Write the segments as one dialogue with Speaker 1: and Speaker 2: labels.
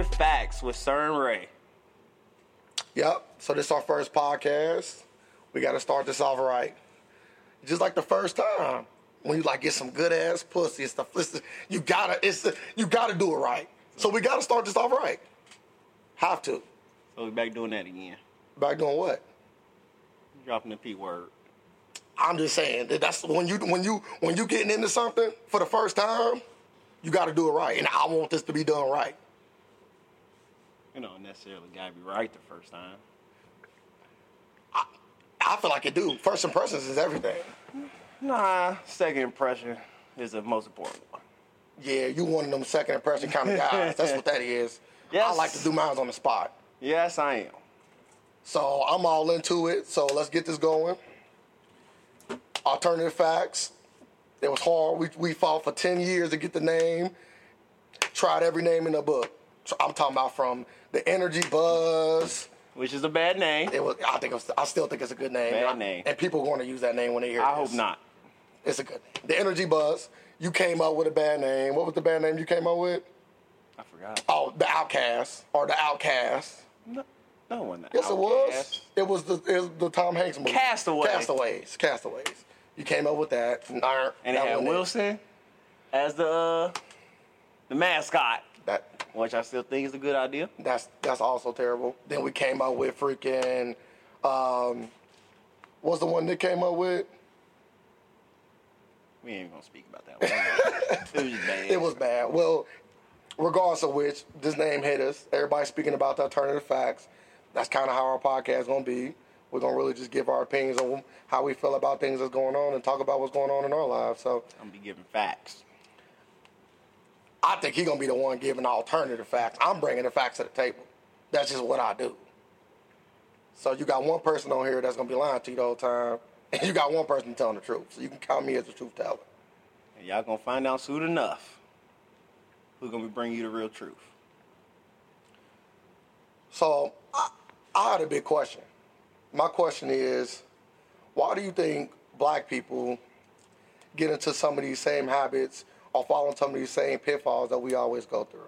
Speaker 1: podcast with CERN Ray.
Speaker 2: Yep. So this is our first podcast. We got to start this off right. Just like the first time, when you like get some good ass pussy and stuff. Listen, you gotta, it's you gotta do it right. So we gotta start this off right. Have to.
Speaker 1: So we back doing that again.
Speaker 2: Back doing what?
Speaker 1: Dropping the P word.
Speaker 2: I'm just saying that that's when you when you when you getting into something for the first time, you gotta do it right. And I want this to be done right.
Speaker 1: You know, necessarily gotta be right the first time.
Speaker 2: I feel like it do. First impressions is everything.
Speaker 1: Nah, second impression is the most important one.
Speaker 2: Yeah, you one of them second impression kind of guys. That's what that is. I
Speaker 1: Yes.
Speaker 2: like to do mine on the spot.
Speaker 1: Yes, I am.
Speaker 2: So I'm all into it. So let's get this going. Alternative facts. It was hard. We, we fought for 10 years to get the name. Tried every name in the book. So I'm talking about from the Energy Buzz.
Speaker 1: Which is a bad name.
Speaker 2: It was. I think. It was, I still think it's a good name.
Speaker 1: Bad
Speaker 2: And I-
Speaker 1: name.
Speaker 2: And people are going to use that name when they hear.
Speaker 1: I
Speaker 2: this.
Speaker 1: hope not.
Speaker 2: It's a good. The Energy Buzz. You came up with a bad name. What was the bad name you came up with?
Speaker 1: I forgot.
Speaker 2: Oh, the Outcast or the Outcast.
Speaker 1: No, no one.
Speaker 2: Yes, it was. It was the it was the Tom Hanks movie.
Speaker 1: Castaway.
Speaker 2: Castaways. Castaways. You came up with that. And, I-
Speaker 1: And
Speaker 2: that
Speaker 1: it had
Speaker 2: one-
Speaker 1: Wilson as the uh, the mascot,
Speaker 2: That
Speaker 1: which I still think is a good idea.
Speaker 2: that's that's also terrible. Then we came out with freaking. Um, what's the one Nick came up with?
Speaker 1: We ain't gonna speak about that one. it was just bad.
Speaker 2: It was bad. Well, regardless of which, this name hit us. Everybody's speaking about the alternative facts. That's kind of how our podcast gonna be. We're gonna really just give our opinions on how we feel about things that's going on and talk about what's going on in our lives. So
Speaker 1: I'm gonna be giving facts.
Speaker 2: I think he's gonna be the one giving alternative facts. I'm bringing the facts to the table. That's just what I do. So you got one person on here that's gonna be lying to you the whole time, and you got one person telling the truth. So you can count me as the truth teller.
Speaker 1: And y'all gonna find out soon enough who's gonna be bringing you the real truth.
Speaker 2: So I, I had a big question. My question is, why do you think black people get into some of these same habits or fall into some of these same pitfalls that we always go through?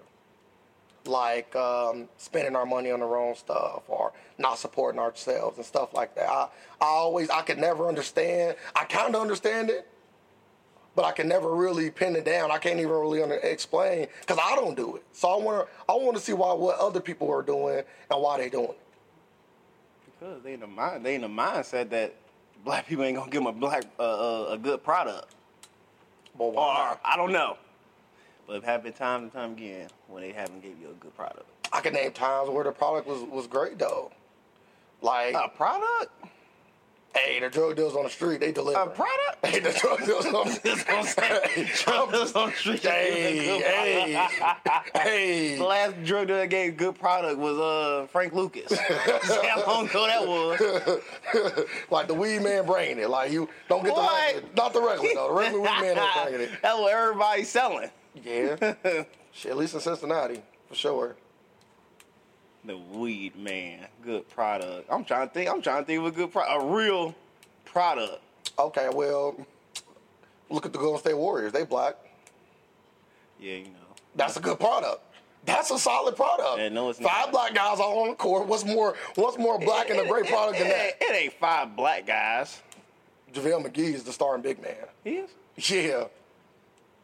Speaker 2: Like um, spending our money on the wrong stuff or not supporting ourselves and stuff like that. I, I always, I could never understand. I kind of understand it, but I can never really pin it down. I can't even really under- explain because I don't do it. So I want to, I want to see why what other people are doing and why they doing it.
Speaker 1: Because they in the mind, they in the mindset that black people ain't gonna give them a black uh, uh, a good product.
Speaker 2: But
Speaker 1: Or
Speaker 2: why? not?
Speaker 1: I don't know. But it happened time and time again when they haven't gave you a good product.
Speaker 2: I can name times where the product was was great though. Like,
Speaker 1: A product?
Speaker 2: hey, the drug dealers on the street, they deliver.
Speaker 1: A product?
Speaker 2: Hey, the drug dealers on the
Speaker 1: uh, That's what I'm saying. Drug dealers on the street, they
Speaker 2: Hey,
Speaker 1: deliver.
Speaker 2: hey, hey.
Speaker 1: The last drug dealer that gave good product was uh Frank Lucas. See how long ago that was.
Speaker 2: like the weed man bringing it. Like you don't get
Speaker 1: What?
Speaker 2: the regular, not the regular though. The regular weed man ain't bringing it.
Speaker 1: That's what everybody's selling.
Speaker 2: Yeah, Shit, at least in Cincinnati for sure.
Speaker 1: The weed man, good product. I'm trying to think. I'm trying to think of a good product, a real product.
Speaker 2: Okay, well, look at the Golden State Warriors. They black.
Speaker 1: Yeah, you know.
Speaker 2: That's a good product. That's a solid product.
Speaker 1: Yeah, no, it's
Speaker 2: Five
Speaker 1: not.
Speaker 2: black guys all on the court. What's more? What's more black and a great product than
Speaker 1: it,
Speaker 2: that?
Speaker 1: It, ain't five black guys.
Speaker 2: JaVale McGee is the starting big man.
Speaker 1: He is.
Speaker 2: Yeah.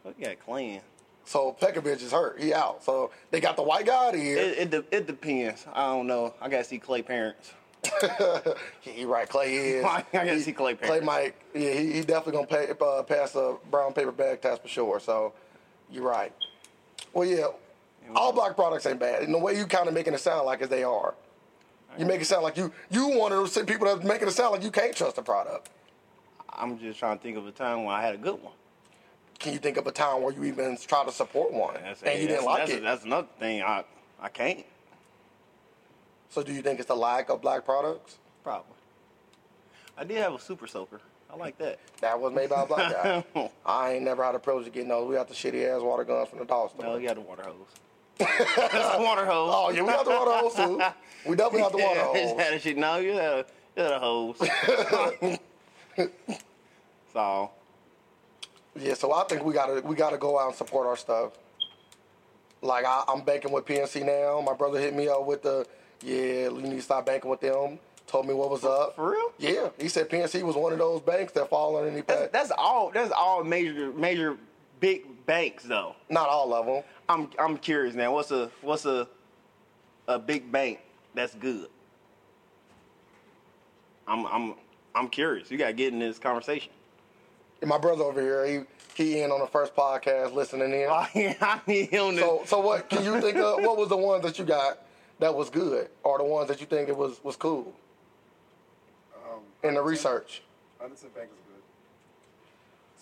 Speaker 1: Look at clean.
Speaker 2: So Pekovich is hurt. He out. So they got the white guy out of
Speaker 1: It,
Speaker 2: here.
Speaker 1: it de- it depends. I don't know. I gotta see Clay parents.
Speaker 2: Yeah, he right. Clay is.
Speaker 1: I gotta see Clay
Speaker 2: Clay
Speaker 1: parents.
Speaker 2: Mike. Yeah, he, he definitely gonna pay, uh, pass a brown paper bag test for sure. So you're right. Well, yeah. All black products ain't bad. And the way you kind of making it sound like is they are. You make it sound like you you one of those people that's making it sound like you can't trust the product.
Speaker 1: I'm just trying to think of a time when I had a good one.
Speaker 2: Can you think of a time where you even tried to support one
Speaker 1: That's,
Speaker 2: and
Speaker 1: that's-
Speaker 2: you didn't like
Speaker 1: that's,
Speaker 2: it?
Speaker 1: That's another thing. I I can't
Speaker 2: so do you think it's the lack of black products?
Speaker 1: probably. I did have a super soaker. I like that.
Speaker 2: That was made by a black guy. I ain't never had a privilege of getting those. We got the shitty ass water guns from the dog store.
Speaker 1: No, you got a water hose. That's a water hose.
Speaker 2: Oh yeah, we got the water hose too. We definitely got the water
Speaker 1: Yeah, it's
Speaker 2: hose.
Speaker 1: had a shit. No, you had a, you had a hose. so,
Speaker 2: Yeah, so I think we gotta we gotta go out and support our stuff. Like I, I'm banking with PNC now. My brother hit me up with the, yeah, you need to stop banking with them. Told me what was up.
Speaker 1: For real?
Speaker 2: Yeah, he said PNC was one of those banks that fall underneath.
Speaker 1: That's,
Speaker 2: Pat.
Speaker 1: that's all. That's all major major big banks though.
Speaker 2: Not all of them.
Speaker 1: I'm I'm curious now. What's a what's a a big bank that's good? I'm I'm I'm curious. You got to get in this conversation.
Speaker 2: And my brother over here, he he in on the first podcast listening in.
Speaker 1: I need him to.
Speaker 2: So so what can you think of? What was the ones that you got that was good, or the ones that you think it was was cool
Speaker 3: Um,
Speaker 2: in the research?
Speaker 3: Underton Bank is good.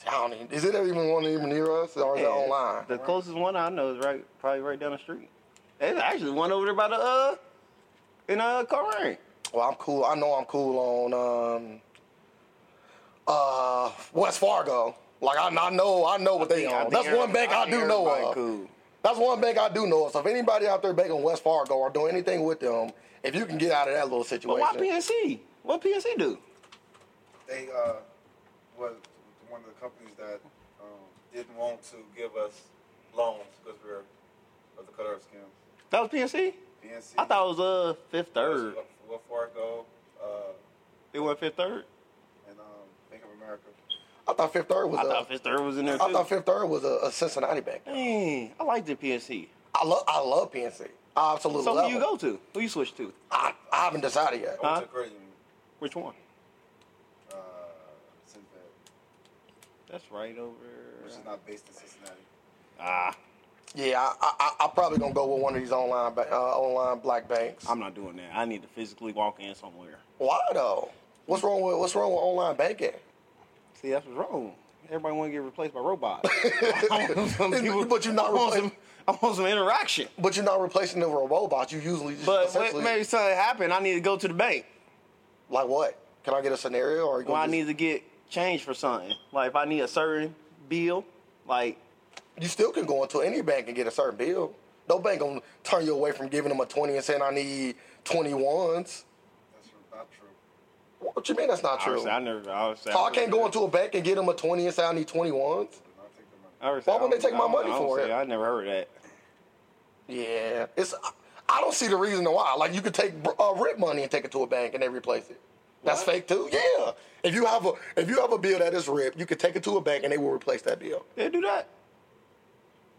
Speaker 2: See, I don't even, is it even one even near us, or is
Speaker 1: Yeah,
Speaker 2: it online?
Speaker 1: The closest one I know is right, probably right down the street. There's actually one over there by the uh, in uh, Corrine.
Speaker 2: Well, I'm cool. I know I'm cool on um, uh, West Fargo. Like I, I know, I know what they
Speaker 1: I
Speaker 2: own.
Speaker 1: think
Speaker 2: That's one
Speaker 1: everybody-
Speaker 2: bank I,
Speaker 1: think
Speaker 2: do know
Speaker 1: everybody
Speaker 2: of.
Speaker 1: Cool.
Speaker 2: That's one bank I do know of. So if anybody out there banking West Fargo or doing anything with them, if you can get out of that little
Speaker 1: But
Speaker 2: situation,
Speaker 1: why PNC? What PNC do?
Speaker 3: They uh, was one of the companies that um, didn't want to give us loans because we're of the color of skin.
Speaker 1: That was PNC.
Speaker 3: PNC.
Speaker 1: I thought it was uh fifth third.
Speaker 3: Wells Fargo, uh,
Speaker 1: They went fifth third.
Speaker 3: and um, Bank of America.
Speaker 2: I thought Fifth Third was.
Speaker 1: I
Speaker 2: a-
Speaker 1: thought fifth third was in there too.
Speaker 2: I thought Fifth Third was a, a Cincinnati bank.
Speaker 1: Dang, I like the PNC.
Speaker 2: I love I love PNC. I absolutely
Speaker 1: So
Speaker 2: love
Speaker 1: who you
Speaker 2: it.
Speaker 1: go Uh. to? Who you switch to?
Speaker 2: I, I haven't decided yet.
Speaker 3: I went
Speaker 1: Huh?
Speaker 3: to Credit Union.
Speaker 1: Which one?
Speaker 3: Uh, Cincinnati,
Speaker 1: That's right over.
Speaker 3: which is not based in Cincinnati.
Speaker 1: Ah,
Speaker 2: Yeah, I, I, I- I'm probably gonna go with one of these online ba- uh, online black banks.
Speaker 1: I'm not doing that. I need to physically walk in somewhere.
Speaker 2: Why though? What's wrong with what's wrong with online banking?
Speaker 1: See, that's what's wrong. Everybody want to get replaced by robots. I want some
Speaker 2: But
Speaker 1: people-
Speaker 2: you're not
Speaker 1: I want,
Speaker 2: replac-
Speaker 1: some, I want some interaction.
Speaker 2: But you're not replacing them with robots. You usually just
Speaker 1: But wait,
Speaker 2: essentially
Speaker 1: maybe something happened. I need to go to the bank.
Speaker 2: like what? Can I get a scenario or? you
Speaker 1: Well,
Speaker 2: gonna
Speaker 1: I
Speaker 2: just-
Speaker 1: need to get change for something. Like if I need a certain bill, like
Speaker 2: You still can go into any bank and get a certain bill. No bank gonna turn you away from giving them a twenty and saying I need twenty ones.
Speaker 3: That's not true.
Speaker 2: What you mean that's not true?
Speaker 1: obviously I never. I, always say
Speaker 2: So I can't go into a bank and get them a twenty and say I need twenty ones.
Speaker 3: Do not take the money.
Speaker 1: I always say,
Speaker 2: Why wouldn't
Speaker 1: I
Speaker 2: they take my
Speaker 1: don't- I
Speaker 2: money
Speaker 1: don't
Speaker 2: for
Speaker 1: say-
Speaker 2: it?
Speaker 1: I never heard of that.
Speaker 2: Yeah, it's. I don't see the reason why. Like you could take uh, rent money and take it to a bank and they replace it. That's
Speaker 1: What?
Speaker 2: fake too. Yeah, if you have a if you have a bill that is ripped, you could take it to a bank and they will replace that bill.
Speaker 1: They do that.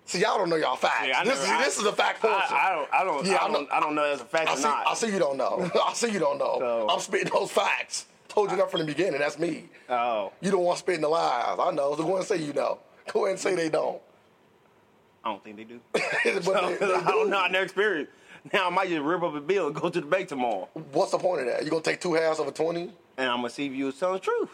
Speaker 2: See, y'all don't know y'all facts.
Speaker 1: Yeah, I
Speaker 2: this
Speaker 1: never-
Speaker 2: is
Speaker 1: I-
Speaker 2: this is a fact portion.
Speaker 1: I, I don't. I don't.
Speaker 2: Yeah,
Speaker 1: I
Speaker 2: I know-
Speaker 1: don't. I don't know as a fact
Speaker 2: I
Speaker 1: or
Speaker 2: see,
Speaker 1: not.
Speaker 2: I see you don't know. I see you don't know.
Speaker 1: So-
Speaker 2: I'm spitting those facts. Told you that from the beginning. That's me.
Speaker 1: Oh,
Speaker 2: You don't want spitting the lies. I know. So go ahead and say you know. Go ahead and say they don't.
Speaker 1: I don't think they do.
Speaker 2: But
Speaker 1: I
Speaker 2: they- they
Speaker 1: don't
Speaker 2: do.
Speaker 1: know. I never experienced. Now I might just rip up a bill and go to the bank tomorrow,
Speaker 2: What's the point of that? You gonna take two halves of a twenty?
Speaker 1: and I'm gonna see if you was telling the truth.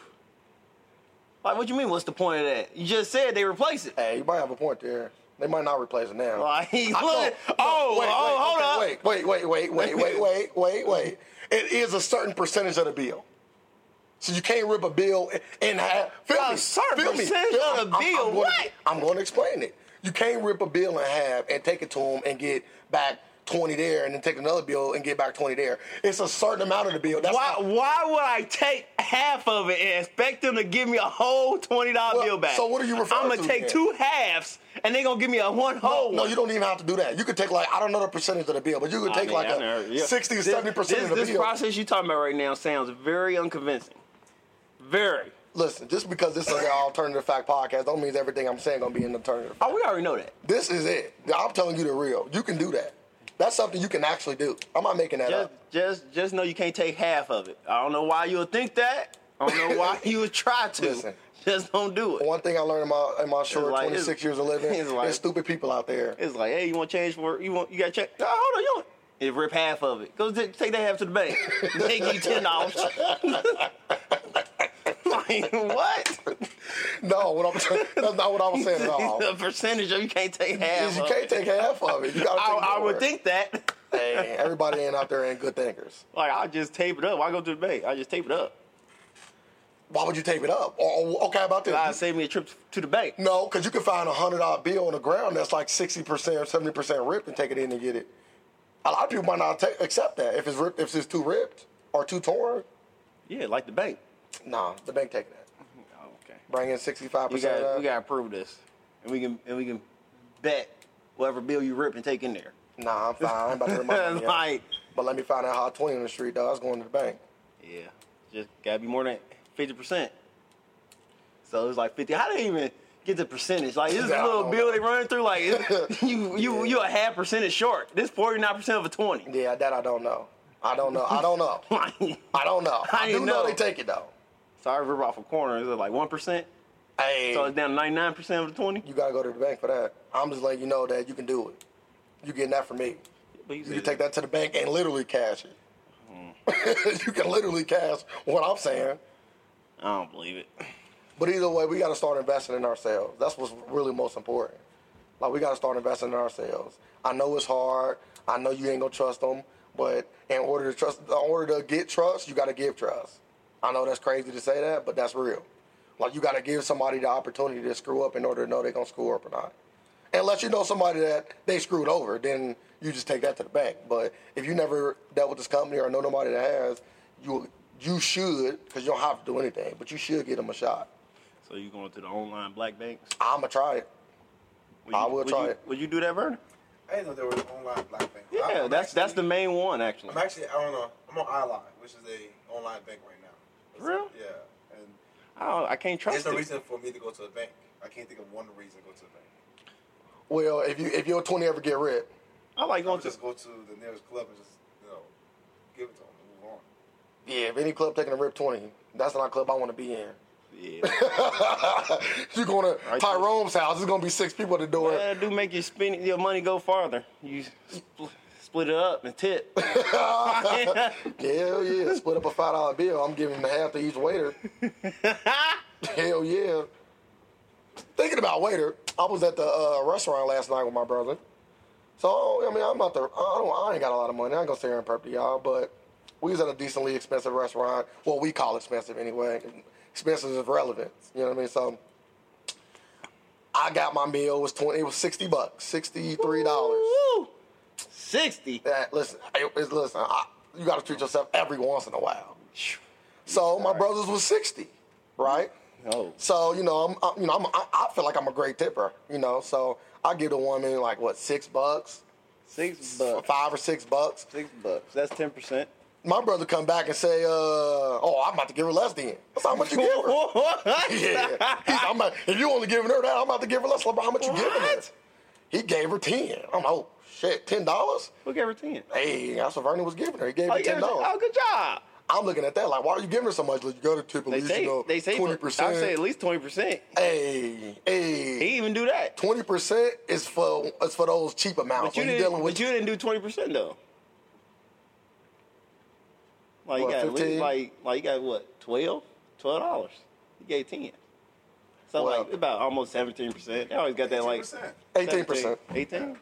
Speaker 1: Like, what you mean? What's the point of that? You just said they replace it.
Speaker 2: Hey, you might have a point there. They might not replace it now.
Speaker 1: Like,
Speaker 2: I
Speaker 1: look,
Speaker 2: know.
Speaker 1: oh,
Speaker 2: wait,
Speaker 1: oh, hold up.
Speaker 2: wait, okay, Wait, wait, wait, wait, wait, wait, wait, wait. It is a certain percentage of the bill. So you can't rip a bill in half. Feel
Speaker 1: A
Speaker 2: me?
Speaker 1: certain
Speaker 2: feel me.
Speaker 1: percentage
Speaker 2: Feel-
Speaker 1: of the bill,
Speaker 2: gonna-
Speaker 1: what?
Speaker 2: I'm going to explain it. You can't rip a bill in half and take it to them and get back 20 there and then take another bill and get back 20 there. It's a certain amount of the bill. That's
Speaker 1: Why,
Speaker 2: how-
Speaker 1: why would I take half of it and expect them to give me a whole twenty dollar
Speaker 2: Well,
Speaker 1: bill back?
Speaker 2: so what are you referring
Speaker 1: I'm
Speaker 2: to
Speaker 1: gonna take
Speaker 2: then?
Speaker 1: two halves and they're gonna give me a one whole.
Speaker 2: Oh, No,
Speaker 1: one.
Speaker 2: you don't even have to do that. You could take like I don't know the percentage of the bill, but you could
Speaker 1: I
Speaker 2: take
Speaker 1: mean,
Speaker 2: like
Speaker 1: I
Speaker 2: a
Speaker 1: never- yeah.
Speaker 2: 60 or
Speaker 1: This-
Speaker 2: 70 percent
Speaker 1: this-
Speaker 2: of the
Speaker 1: This
Speaker 2: bill.
Speaker 1: process you're talking about right now sounds very unconvincing. Very.
Speaker 2: Listen, just because this is an alternative fact podcast, don't mean everything I'm saying gonna be an alternative.
Speaker 1: Oh, we already know that.
Speaker 2: This is it. I'm telling you the real. You can do that. That's something you can actually do. I'm not making that
Speaker 1: Just,
Speaker 2: up.
Speaker 1: just, just know you can't take half of it. I don't know why you would think that. I don't know why you would try to.
Speaker 2: Listen.
Speaker 1: just don't do it.
Speaker 2: One thing I learned in my in my short
Speaker 1: like-
Speaker 2: 26
Speaker 1: it's-
Speaker 2: years of living,
Speaker 1: it's like-
Speaker 2: there's stupid people out there.
Speaker 1: It's like, hey, you want change for you want you got check? No, hold on, you want it rip half of it. Go t- take that half to the bank. they give you ten dollars. like what?
Speaker 2: No, what I'm that's not what I was saying at all.
Speaker 1: the percentage of you can't take half.
Speaker 2: Oh. Is you
Speaker 1: of
Speaker 2: can't
Speaker 1: it.
Speaker 2: take half of it. You gotta take
Speaker 1: I, I
Speaker 2: more.
Speaker 1: would think that.
Speaker 2: Hey, everybody ain't out there ain't good thinkers.
Speaker 1: Like I just tape it up. I go to the bank. I just tape it up.
Speaker 2: Why would you tape it up? Or, or- okay, how about this.
Speaker 1: I save me a trip to the bank.
Speaker 2: No, because you can find a hundred dollar bill on the ground that's like sixty percent or seventy percent ripped and take it in and get it. A lot of people might not ta accept that if it's ripped, if it's too ripped or too torn.
Speaker 1: Yeah, like the bank.
Speaker 2: Nah, the bank take that.
Speaker 1: Oh, okay.
Speaker 2: Bring in sixty five
Speaker 1: We
Speaker 2: percent.
Speaker 1: got we got to prove this, and we can and we can bet whatever bill you rip and take in there.
Speaker 2: Nah, I'm fine. I ain't about to rip my money out.
Speaker 1: Like-
Speaker 2: But let me find out how 20 on the street, though. I was going to the bank.
Speaker 1: Yeah, just gotta be more than fifty percent. So it's like fifty. How they even get the percentage? Like this is
Speaker 2: Yeah,
Speaker 1: a
Speaker 2: I
Speaker 1: little
Speaker 2: don't
Speaker 1: bill
Speaker 2: know.
Speaker 1: they running through. Like it's- you you you a half percentage short. This forty nine percent of a twenty.
Speaker 2: Yeah, that I don't know. I don't know. I don't know.
Speaker 1: Like,
Speaker 2: I don't know.
Speaker 1: I
Speaker 2: I do
Speaker 1: didn't
Speaker 2: know.
Speaker 1: know.
Speaker 2: they take it, though.
Speaker 1: sorry, rip off a corner. Is it like one percent?
Speaker 2: Hey,
Speaker 1: So it's down to ninety nine percent of the twenty.
Speaker 2: you got to go to the bank for that. I'm just letting you know that you can do it. You getting that from me. You can take that to the bank and literally cash it. you can literally cash what I'm saying.
Speaker 1: I don't believe it.
Speaker 2: But either way, we got to start investing in ourselves. That's what's really most important. Like we got to start investing in ourselves. I know it's hard. I know you ain't gonna trust them, but in order to trust, in order to get trust, you got to give trust. I know that's crazy to say that, but that's real. Like you got to give somebody the opportunity to screw up in order to know they're gonna screw up or not. Unless you know somebody that they screwed over, then you just take that to the bank. But if you never dealt with this company or know nobody that has, you you should because you don't have to do anything, but you should give them a shot.
Speaker 1: So you going to the online black banks?
Speaker 2: I'ma try it.
Speaker 1: Would
Speaker 2: I will try
Speaker 1: you,
Speaker 2: it.
Speaker 1: Would you do that, Vernon?
Speaker 3: I didn't know there was online black bank.
Speaker 1: Yeah,
Speaker 3: I'm
Speaker 1: that's that's the
Speaker 3: actually-
Speaker 1: main one actually.
Speaker 3: I'm actually I don't know. I'm on iLive, which is a online bank right now. It's-
Speaker 1: Real?
Speaker 3: Yeah, and
Speaker 1: I, don't, I can't trust
Speaker 3: there's no
Speaker 1: it.
Speaker 3: reason for me to go to a bank. I can't think of one reason to go to a bank.
Speaker 2: Well, if you if your twenty ever get ripped,
Speaker 1: I like
Speaker 3: I'll
Speaker 1: going to
Speaker 3: just go to the nearest club and just you know give it to them and move on.
Speaker 2: yeah, if any club taking a rip twenty, that's not a club I want to be in.
Speaker 1: yeah.
Speaker 2: You're going to
Speaker 1: Right.
Speaker 2: Tyrone's house. There's gonna be six people at the door.
Speaker 1: Yeah, it do make you spend your money go farther. You spl- split it up and tip.
Speaker 2: Hell yeah! Split up a five dollar bill. I'm giving half to each waiter. Hell yeah! Thinking about waiter, I was at the uh, restaurant last night with my brother. So I mean, I'm not the. I don't. I ain't got a lot of money. I ain't gonna sit here and perp to y'all, but we was at a decently expensive restaurant. Well, we call expensive anyway. Expensive is relevant. You know what I mean? So I got my meal. It was twenty. It was sixty bucks. Sixty three dollars
Speaker 1: Woo! Sixty.
Speaker 2: that listen, I, it's- listen, I, you got to treat yourself every once in a while. So my brothers was sixty, right?
Speaker 1: Oh,
Speaker 2: So you know, I'm, I, you know, I'm, I, I feel like I'm a great tipper, you know. So I give the woman like what six bucks,
Speaker 1: six bucks.
Speaker 2: five or six bucks.
Speaker 1: Six bucks. That's ten percent.
Speaker 2: My brother come back and say, uh, "Oh, I'm about to give her less then." That's how much you give her. yeah, He's- I'm about, if you only giving her that, I'm about to give her less. Like, bro, how much you giving her?
Speaker 1: What?
Speaker 2: He gave her ten. I'm like, oh shit, ten dollars?
Speaker 1: Who gave her ten?
Speaker 2: Hey, that's what Vernon was giving her. He gave
Speaker 1: Oh,
Speaker 2: her
Speaker 1: you gave
Speaker 2: ten
Speaker 1: her 10?
Speaker 2: dollars.
Speaker 1: oh, good job.
Speaker 2: I'm looking at that like, why are you giving her so much? Like, you got to tip at
Speaker 1: They
Speaker 2: least
Speaker 1: say
Speaker 2: you know
Speaker 1: they say
Speaker 2: twenty
Speaker 1: I say at
Speaker 2: percent.
Speaker 1: least twenty percent.
Speaker 2: Hey, hey,
Speaker 1: He even do that.
Speaker 2: twenty percent is for is for those cheap amounts.
Speaker 1: But you
Speaker 2: When Oh, you
Speaker 1: didn't.
Speaker 2: dealing
Speaker 1: But
Speaker 2: with
Speaker 1: you didn't do twenty percent though. Like
Speaker 2: What,
Speaker 1: you got at least
Speaker 2: 15?
Speaker 1: like like you got what 12 twelve dollars. You gave ten. So
Speaker 2: Well-
Speaker 1: like about almost seventeen percent. They always got that like
Speaker 3: 18%.
Speaker 2: eighteen percent.
Speaker 1: Eighteen.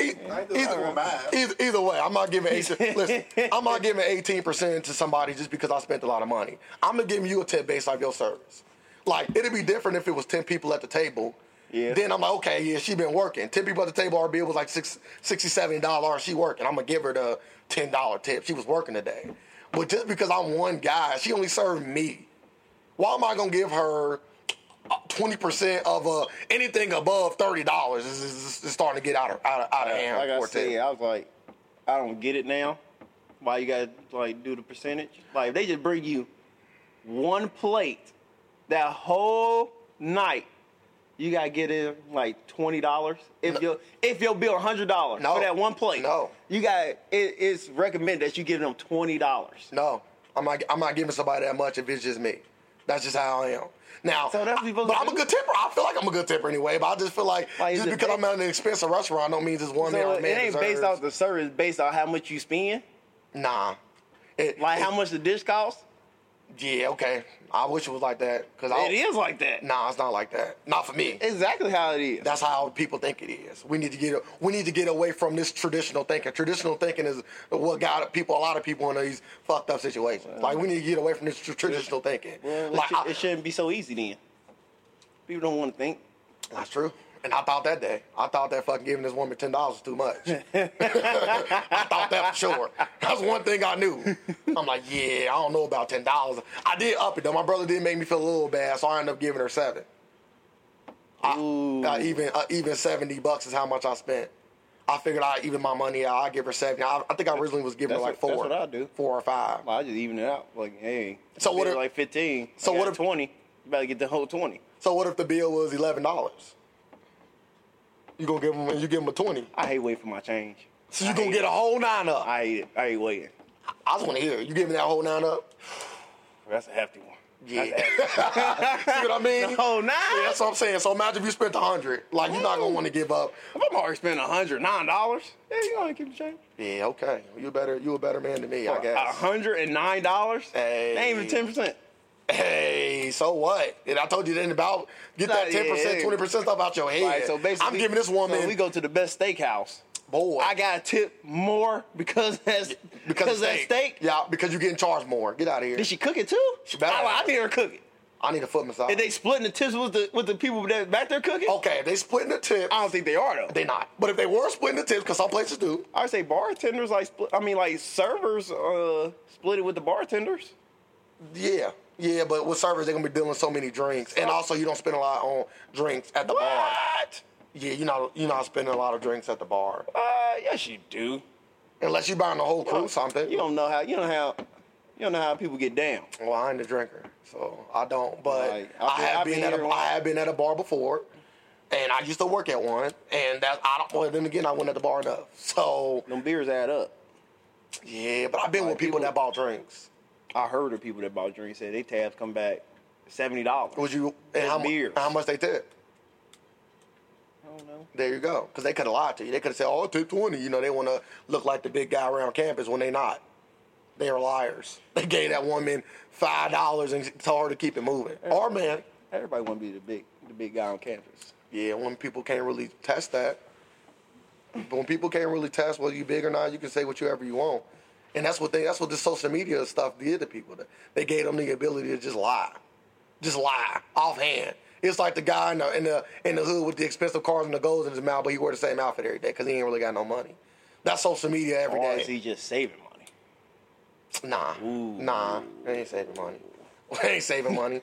Speaker 2: E-
Speaker 3: I ain't doing that
Speaker 2: Either,
Speaker 3: with math.
Speaker 2: either, either way, I'm not giving 18, listen, I'm not giving 18% to somebody just because I spent a lot of money. I'm gonna give you a tip based off your service. Like it'd be different if it was 10 people at the table.
Speaker 1: Yeah.
Speaker 2: Then I'm like, okay, yeah, she been working. 10 people at the table, our bill was like six, $67. She working. I'm gonna give her the $10 tip. She was working today. But just because I'm one guy, she only served me. Why am I gonna give her uh, twenty percent of uh, anything above thirty dollars is, is, is starting to get out of out of, out of hand.
Speaker 1: Like I
Speaker 2: for
Speaker 1: said,
Speaker 2: Tim.
Speaker 1: I was like, I don't get it now. Why you gotta like do the percentage? Like if they just bring you one plate that whole night. You gotta get in like twenty dollars if your if your bill hundred dollars
Speaker 2: No.
Speaker 1: for that one plate.
Speaker 2: No.
Speaker 1: you got it, it's recommended that you give them twenty dollars.
Speaker 2: No, I'm not. I'm not giving somebody that much if it's just me. That's just how I am. Now,
Speaker 1: So that's what you supposed
Speaker 2: but
Speaker 1: to
Speaker 2: I'm a
Speaker 1: do?
Speaker 2: good tipper. I feel like I'm a good tipper anyway. But I just feel like
Speaker 1: Like, is
Speaker 2: just
Speaker 1: it
Speaker 2: because
Speaker 1: ba-
Speaker 2: I'm at an expensive restaurant, don't mean just one man.
Speaker 1: So
Speaker 2: or
Speaker 1: it
Speaker 2: man
Speaker 1: ain't based
Speaker 2: deserves-
Speaker 1: off the service, based on how much you spend,
Speaker 2: Nah. It-
Speaker 1: like how much the dish costs.
Speaker 2: Yeah, okay. I wish it was like that. Cause I,
Speaker 1: It is like that.
Speaker 2: Nah, it's not like that. Not for me.
Speaker 1: Exactly how it is.
Speaker 2: That's how people think it is. We need to get we need to get away from this traditional thinking. Traditional thinking is what got people a lot of people in these fucked up situations. Like we need to get away from this tr- traditional thinking.
Speaker 1: Well, it,
Speaker 2: Like
Speaker 1: should,
Speaker 2: I-
Speaker 1: it shouldn't be so easy then. People don't want to think.
Speaker 2: that's true. And I thought that day, I thought that fucking giving this woman ten dollars was too much. I thought that for sure. That's one thing I knew. I'm like, yeah, I don't know about ten dollars. I did up it though. My brother did make me feel a little bad, so I ended up giving her seven.
Speaker 1: Ooh.
Speaker 2: I even I even seventy bucks is how much I spent. I figured I even my money out. I give her seventy. I, I think I originally was giving her
Speaker 1: That's
Speaker 2: like four.
Speaker 1: what- that's what I do.
Speaker 2: Four or five.
Speaker 1: Well, I just even it out. Like, hey,
Speaker 2: So
Speaker 1: I
Speaker 2: what
Speaker 1: bid
Speaker 2: if-
Speaker 1: like fifteen.
Speaker 2: so
Speaker 1: I got
Speaker 2: what if-
Speaker 1: twenty? You better get the whole twenty.
Speaker 2: So what if the bill was eleven dollars? You gonna give them? You give them a twenty.
Speaker 1: I hate waiting for my change.
Speaker 2: So you gonna get a whole nine up? I,
Speaker 1: I hate it. I hate waiting.
Speaker 2: just want to hear it. you give me that whole nine up.
Speaker 1: That's a hefty one.
Speaker 2: Yeah. See what I mean?
Speaker 1: Oh, nine.
Speaker 2: Yeah, that's what I'm saying. So imagine if you spent a hundred. Like you're not gonna want to give up.
Speaker 1: if I'm already spending hundred nine dollars, yeah, you gonna keep the change.
Speaker 2: Yeah. Okay. You better. You a better man than me, I guess.
Speaker 1: hundred and nine dollars.
Speaker 2: Hey.
Speaker 1: Ain't even ten percent.
Speaker 2: Hey, so what? And I told you then about get that
Speaker 1: Nah,
Speaker 2: ten percent,
Speaker 1: yeah.
Speaker 2: twenty percent stuff out your head.
Speaker 1: Like, so basically,
Speaker 2: I'm giving this
Speaker 1: so
Speaker 2: woman
Speaker 1: we go to the best steakhouse.
Speaker 2: boy.
Speaker 1: I got to tip more because that's because,
Speaker 2: of
Speaker 1: that steak.
Speaker 2: Yeah, because you're getting charged more. Get out of here.
Speaker 1: Did she cook it too?
Speaker 2: She better
Speaker 1: I,
Speaker 2: have.
Speaker 1: I need her to cook it.
Speaker 2: I need a foot massage.
Speaker 1: And they splitting the tips with the with the people that back there cooking.
Speaker 2: okay, if they splitting the tip.
Speaker 1: Oh, I don't think they are though.
Speaker 2: They not. But if they were splitting the tips, because some places do.
Speaker 1: I would say bartenders like split. I mean like servers uh split it with the bartenders.
Speaker 2: Yeah. Yeah, but with servers, they're gonna be dealing so many drinks, and also you don't spend a lot on drinks at the bar.
Speaker 1: What?
Speaker 2: Yeah, you're not you're not spending a lot of drinks at the bar
Speaker 1: Uh, yes you do.
Speaker 2: unless you're buying the whole crew something.
Speaker 1: You don't know how you don't know how you don't know how people get down.
Speaker 2: Well, I ain't a drinker, so I don't. But
Speaker 1: Right. I've
Speaker 2: I
Speaker 1: been-
Speaker 2: have
Speaker 1: I've
Speaker 2: been,
Speaker 1: been
Speaker 2: at
Speaker 1: here
Speaker 2: a,
Speaker 1: once.
Speaker 2: I have been at a bar before, and I used to work at one, and that I don't. Well, then again, I went at the bar enough. So
Speaker 1: Them beers add up.
Speaker 2: yeah, but I've been with people,
Speaker 1: people-
Speaker 2: that bought drinks.
Speaker 1: I heard of people that bought drinks said they tabs come back seventy dollars.
Speaker 2: Would you? And how, mu-
Speaker 1: beers.
Speaker 2: how much they tip?
Speaker 1: I don't know.
Speaker 2: There you go. Because they could have lied to you. They could have said, "Oh, I tip 20. You know, they want to look like the big guy around campus when they not. They are liars. They gave that woman five dollars and told her to keep it moving. Or man,
Speaker 1: Everybody want to be the big the big guy on campus.
Speaker 2: Yeah, when people can't really test that. But When people can't really test whether you big or not, you can say whatever you want. And that's what they that's what this social media stuff did to people. They gave them the ability to just lie. Just lie offhand. It's like the guy in the in the, in the hood with the expensive cars and the golds in his mouth, but he wear the same outfit every day because he ain't really got no money. That's social media every
Speaker 1: Or
Speaker 2: day.
Speaker 1: is he just saving money?
Speaker 2: Nah, nah, they ain't saving money. They ain't saving money.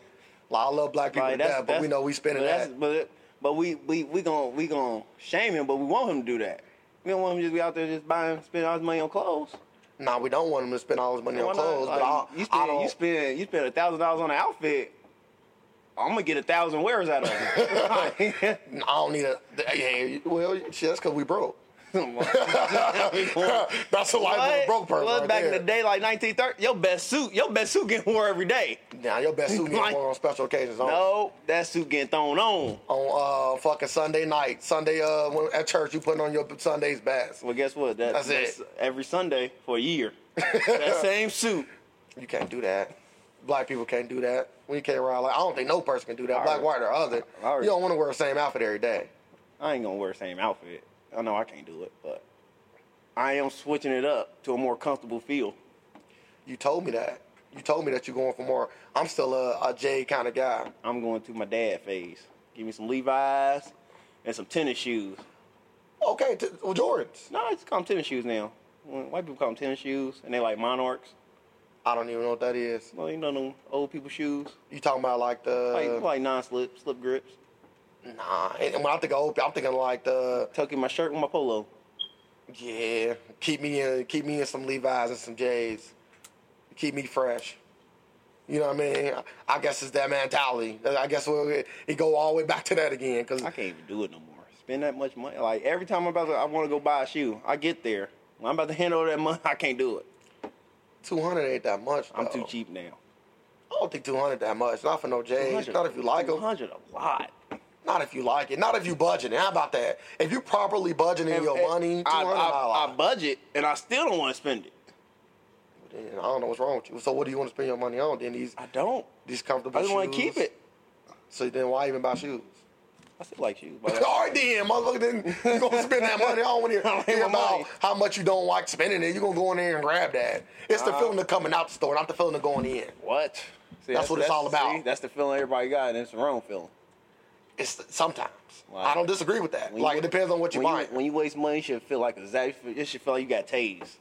Speaker 2: Like, I love black people
Speaker 1: Like,
Speaker 2: to
Speaker 1: that's-
Speaker 2: death, but we
Speaker 1: that's-
Speaker 2: know we spending
Speaker 1: but that's-
Speaker 2: that.
Speaker 1: But but we we we going we going shame him, but we want him to do that. We don't want him to just be out there just buying, spending all his money on clothes.
Speaker 2: Nah, we don't want them to spend all his money
Speaker 1: Why
Speaker 2: on
Speaker 1: not?
Speaker 2: clothes,
Speaker 1: Like,
Speaker 2: but I,
Speaker 1: you
Speaker 2: I
Speaker 1: spend
Speaker 2: don't.
Speaker 1: you spend you spend a thousand dollars on an outfit. I'm gonna get a thousand wears out of it.
Speaker 2: I don't need a. Yeah, you- well, shit, that's because we broke. that's the life of a
Speaker 1: What?
Speaker 2: broke person.
Speaker 1: Well,
Speaker 2: right
Speaker 1: back
Speaker 2: there.
Speaker 1: in the day, like 1930, your best suit, your best suit getting wore every day.
Speaker 2: Now your best suit
Speaker 1: Like-
Speaker 2: like, on special occasions on
Speaker 1: No, that suit getting thrown on.
Speaker 2: on uh fucking Sunday night, Sunday uh when, at church you putting on your Sunday's best.
Speaker 1: Well, guess what? That-
Speaker 2: That's it.
Speaker 1: Every Sunday for a year. that same suit.
Speaker 2: You can't do that. Black people can't do that. We can't ride like I don't think no person can do that. Black,
Speaker 1: Alright.
Speaker 2: white, or other.
Speaker 1: Alright.
Speaker 2: You don't want to wear the same outfit every day.
Speaker 1: I ain't gonna wear the same outfit. I know I can't do it, but I am switching it up to a more comfortable feel.
Speaker 2: You told me that. You told me that you're going for more. I'm still a, a J kind of guy.
Speaker 1: I'm going through my dad phase. Give me some Levi's and some tennis shoes.
Speaker 2: Okay, t- well, Jordans.
Speaker 1: No, I just call them tennis shoes now. When White people call them tennis shoes, and they like monarchs.
Speaker 2: I don't even know what that is.
Speaker 1: Well, you know them old people shoes,
Speaker 2: You talking about like the
Speaker 1: like like non-slip, slip grips.
Speaker 2: Nah, and and when I think of opium, I'm thinking like the
Speaker 1: Tucking my shirt with my polo.
Speaker 2: yeah, keep me in, keep me in some Levi's and some J's, keep me fresh. You know what I mean? I guess it's that mentality. I guess we'll, it go all the way back to that again. Cause
Speaker 1: I can't even do it no more. Spend that much money. Like every time I'm about to, I want to go buy a shoe. I get there. When I'm about to hand over that money, I can't do it.
Speaker 2: two hundred ain't that much.
Speaker 1: I'm
Speaker 2: though.
Speaker 1: too cheap now.
Speaker 2: I don't think two hundred that much. Not for no J's. Not if you like them.
Speaker 1: Hundred a lot.
Speaker 2: Not if you like it. Not if you budgeting. How about that? If you properly budgeting your money, two
Speaker 1: I,
Speaker 2: hundred.
Speaker 1: I, I
Speaker 2: I,
Speaker 1: budget and I still don't want to spend it.
Speaker 2: I don't know what's wrong with you. So what do you want to spend your money on? Then these
Speaker 1: I don't.
Speaker 2: these comfortable.
Speaker 1: I just want
Speaker 2: shoes?
Speaker 1: to keep it.
Speaker 2: So then why even buy shoes?
Speaker 1: I still like shoes. But
Speaker 2: All right then, motherfucker, then you gonna spend that money. I don't want
Speaker 1: I
Speaker 2: to
Speaker 1: don't
Speaker 2: hear
Speaker 1: hear my
Speaker 2: about
Speaker 1: money.
Speaker 2: how much you don't like spending it. You gonna go in there and grab that. It's the
Speaker 1: Uh,
Speaker 2: feeling of coming out the store, not the feeling of going in.
Speaker 1: what? See,
Speaker 2: That's what it's all about.
Speaker 1: see, that's the feeling everybody got, and it's the wrong feeling.
Speaker 2: It's sometimes.
Speaker 1: Wow.
Speaker 2: I don't disagree with that.
Speaker 1: When
Speaker 2: like
Speaker 1: you-
Speaker 2: it depends on what you
Speaker 1: when
Speaker 2: buy.
Speaker 1: when you waste money, it should feel like a zap. It should feel like you got tased.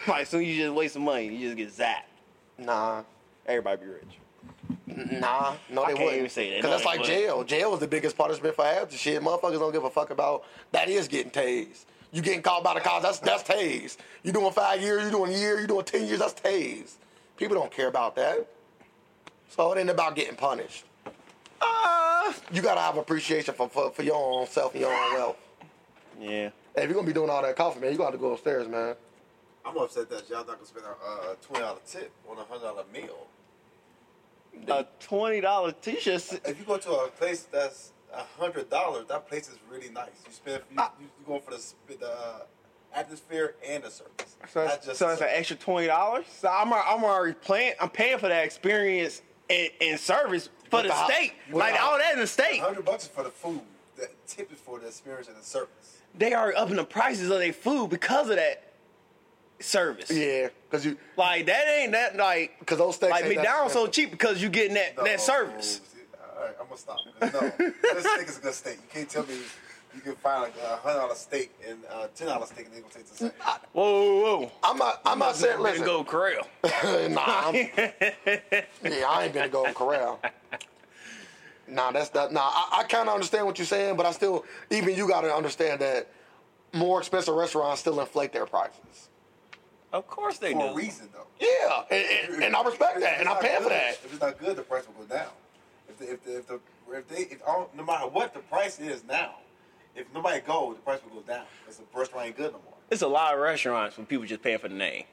Speaker 1: like soon you just waste some money, you just get zapped.
Speaker 2: Nah,
Speaker 1: Everybody be rich.
Speaker 2: Nah, no,
Speaker 1: I
Speaker 2: they
Speaker 1: can't
Speaker 2: wouldn't.
Speaker 1: even say that. No,
Speaker 2: Cause that's
Speaker 1: they
Speaker 2: like
Speaker 1: wouldn't.
Speaker 2: jail. Jail is the biggest punishment for half the shit. Motherfuckers don't give a fuck about that. Is getting tased. You getting caught by the cops? That's that's tased. You doing five years? You doing a year? You doing ten years? That's tased. People don't care about that. So it ain't about getting punished.
Speaker 1: Uh,
Speaker 2: You gotta have appreciation for for, for your own self and your own wealth.
Speaker 1: yeah.
Speaker 2: Hey, if you're gonna be doing all that coughing, man, you gotta go upstairs, man.
Speaker 3: I'm upset that y'all not gonna spend a uh, twenty dollar tip on a hundred dollar meal.
Speaker 1: A twenty dollar t shirt.
Speaker 3: If you go to a place that's a hundred dollars, that place is really nice. You spend you, you, you going for the sp- the uh, atmosphere and the service.
Speaker 1: So
Speaker 3: not
Speaker 1: it's,
Speaker 3: just
Speaker 1: so it's an extra twenty dollars. So I'm al- I'm already paying I'm paying for that experience and, and service for
Speaker 2: With
Speaker 1: the,
Speaker 2: the hou-
Speaker 1: state.
Speaker 2: with
Speaker 1: Like
Speaker 2: the hou-
Speaker 1: all that in the state.
Speaker 3: hundred bucks is for the food. The tip is for the experience and the service.
Speaker 1: They are upping the prices of their food because of that service.
Speaker 2: Yeah, cause you
Speaker 1: Like that ain't that like
Speaker 2: cause those steaks
Speaker 1: like
Speaker 2: ain't that
Speaker 1: McDonald's so
Speaker 2: expensive.
Speaker 1: cheap because you getting that,
Speaker 3: No,
Speaker 1: that service.
Speaker 3: All right, I'm gonna stop. 'cause No, this steak is a good steak. You can't tell me you can find a hundred dollar steak and a ten dollar steak and they gonna taste the same.
Speaker 1: Whoa, whoa, whoa.
Speaker 2: I'm not. I'm not saying.
Speaker 1: Let's
Speaker 2: Listen,
Speaker 1: go Corral.
Speaker 2: nah, I'm, yeah, I ain't been to Golden Corral. Nah, that's not. Nah, I, I kind of understand what you're saying, but I still, even you got to understand that more expensive restaurants still inflate their prices.
Speaker 1: Of course they
Speaker 3: For a
Speaker 1: do.
Speaker 3: reason though.
Speaker 2: Yeah, and, and, and I respect that, and I'm paying for that.
Speaker 3: If it's not good, the price will go down. If the, if the, if the, if they if all, no matter what the price is now, if nobody goes, the price will go down. Because the restaurant ain't good no more.
Speaker 1: It's a lot of restaurants where people just paying for the name.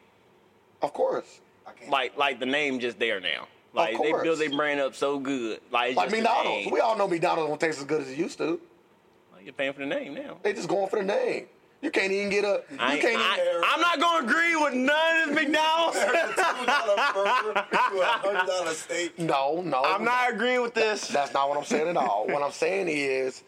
Speaker 2: Of course.
Speaker 3: I can't.
Speaker 1: Like like the name just there now. Like they
Speaker 2: course.
Speaker 1: build their brand up so good. Like, it's
Speaker 2: Like
Speaker 1: just the
Speaker 2: McDonald's,
Speaker 1: name.
Speaker 2: we all know McDonald's don't taste as good as it used to.
Speaker 1: Like, You're paying for the name now.
Speaker 2: They just going for the name. You can't even get a. You
Speaker 1: I,
Speaker 2: can't. Even,
Speaker 1: I, I'm not gonna agree with none of this McDonald's.
Speaker 3: There's a two dollar burger to a hundred dollar steak.
Speaker 2: no, no.
Speaker 1: I'm not agreeing with this.
Speaker 2: That's not what I'm saying at all. what I'm saying is,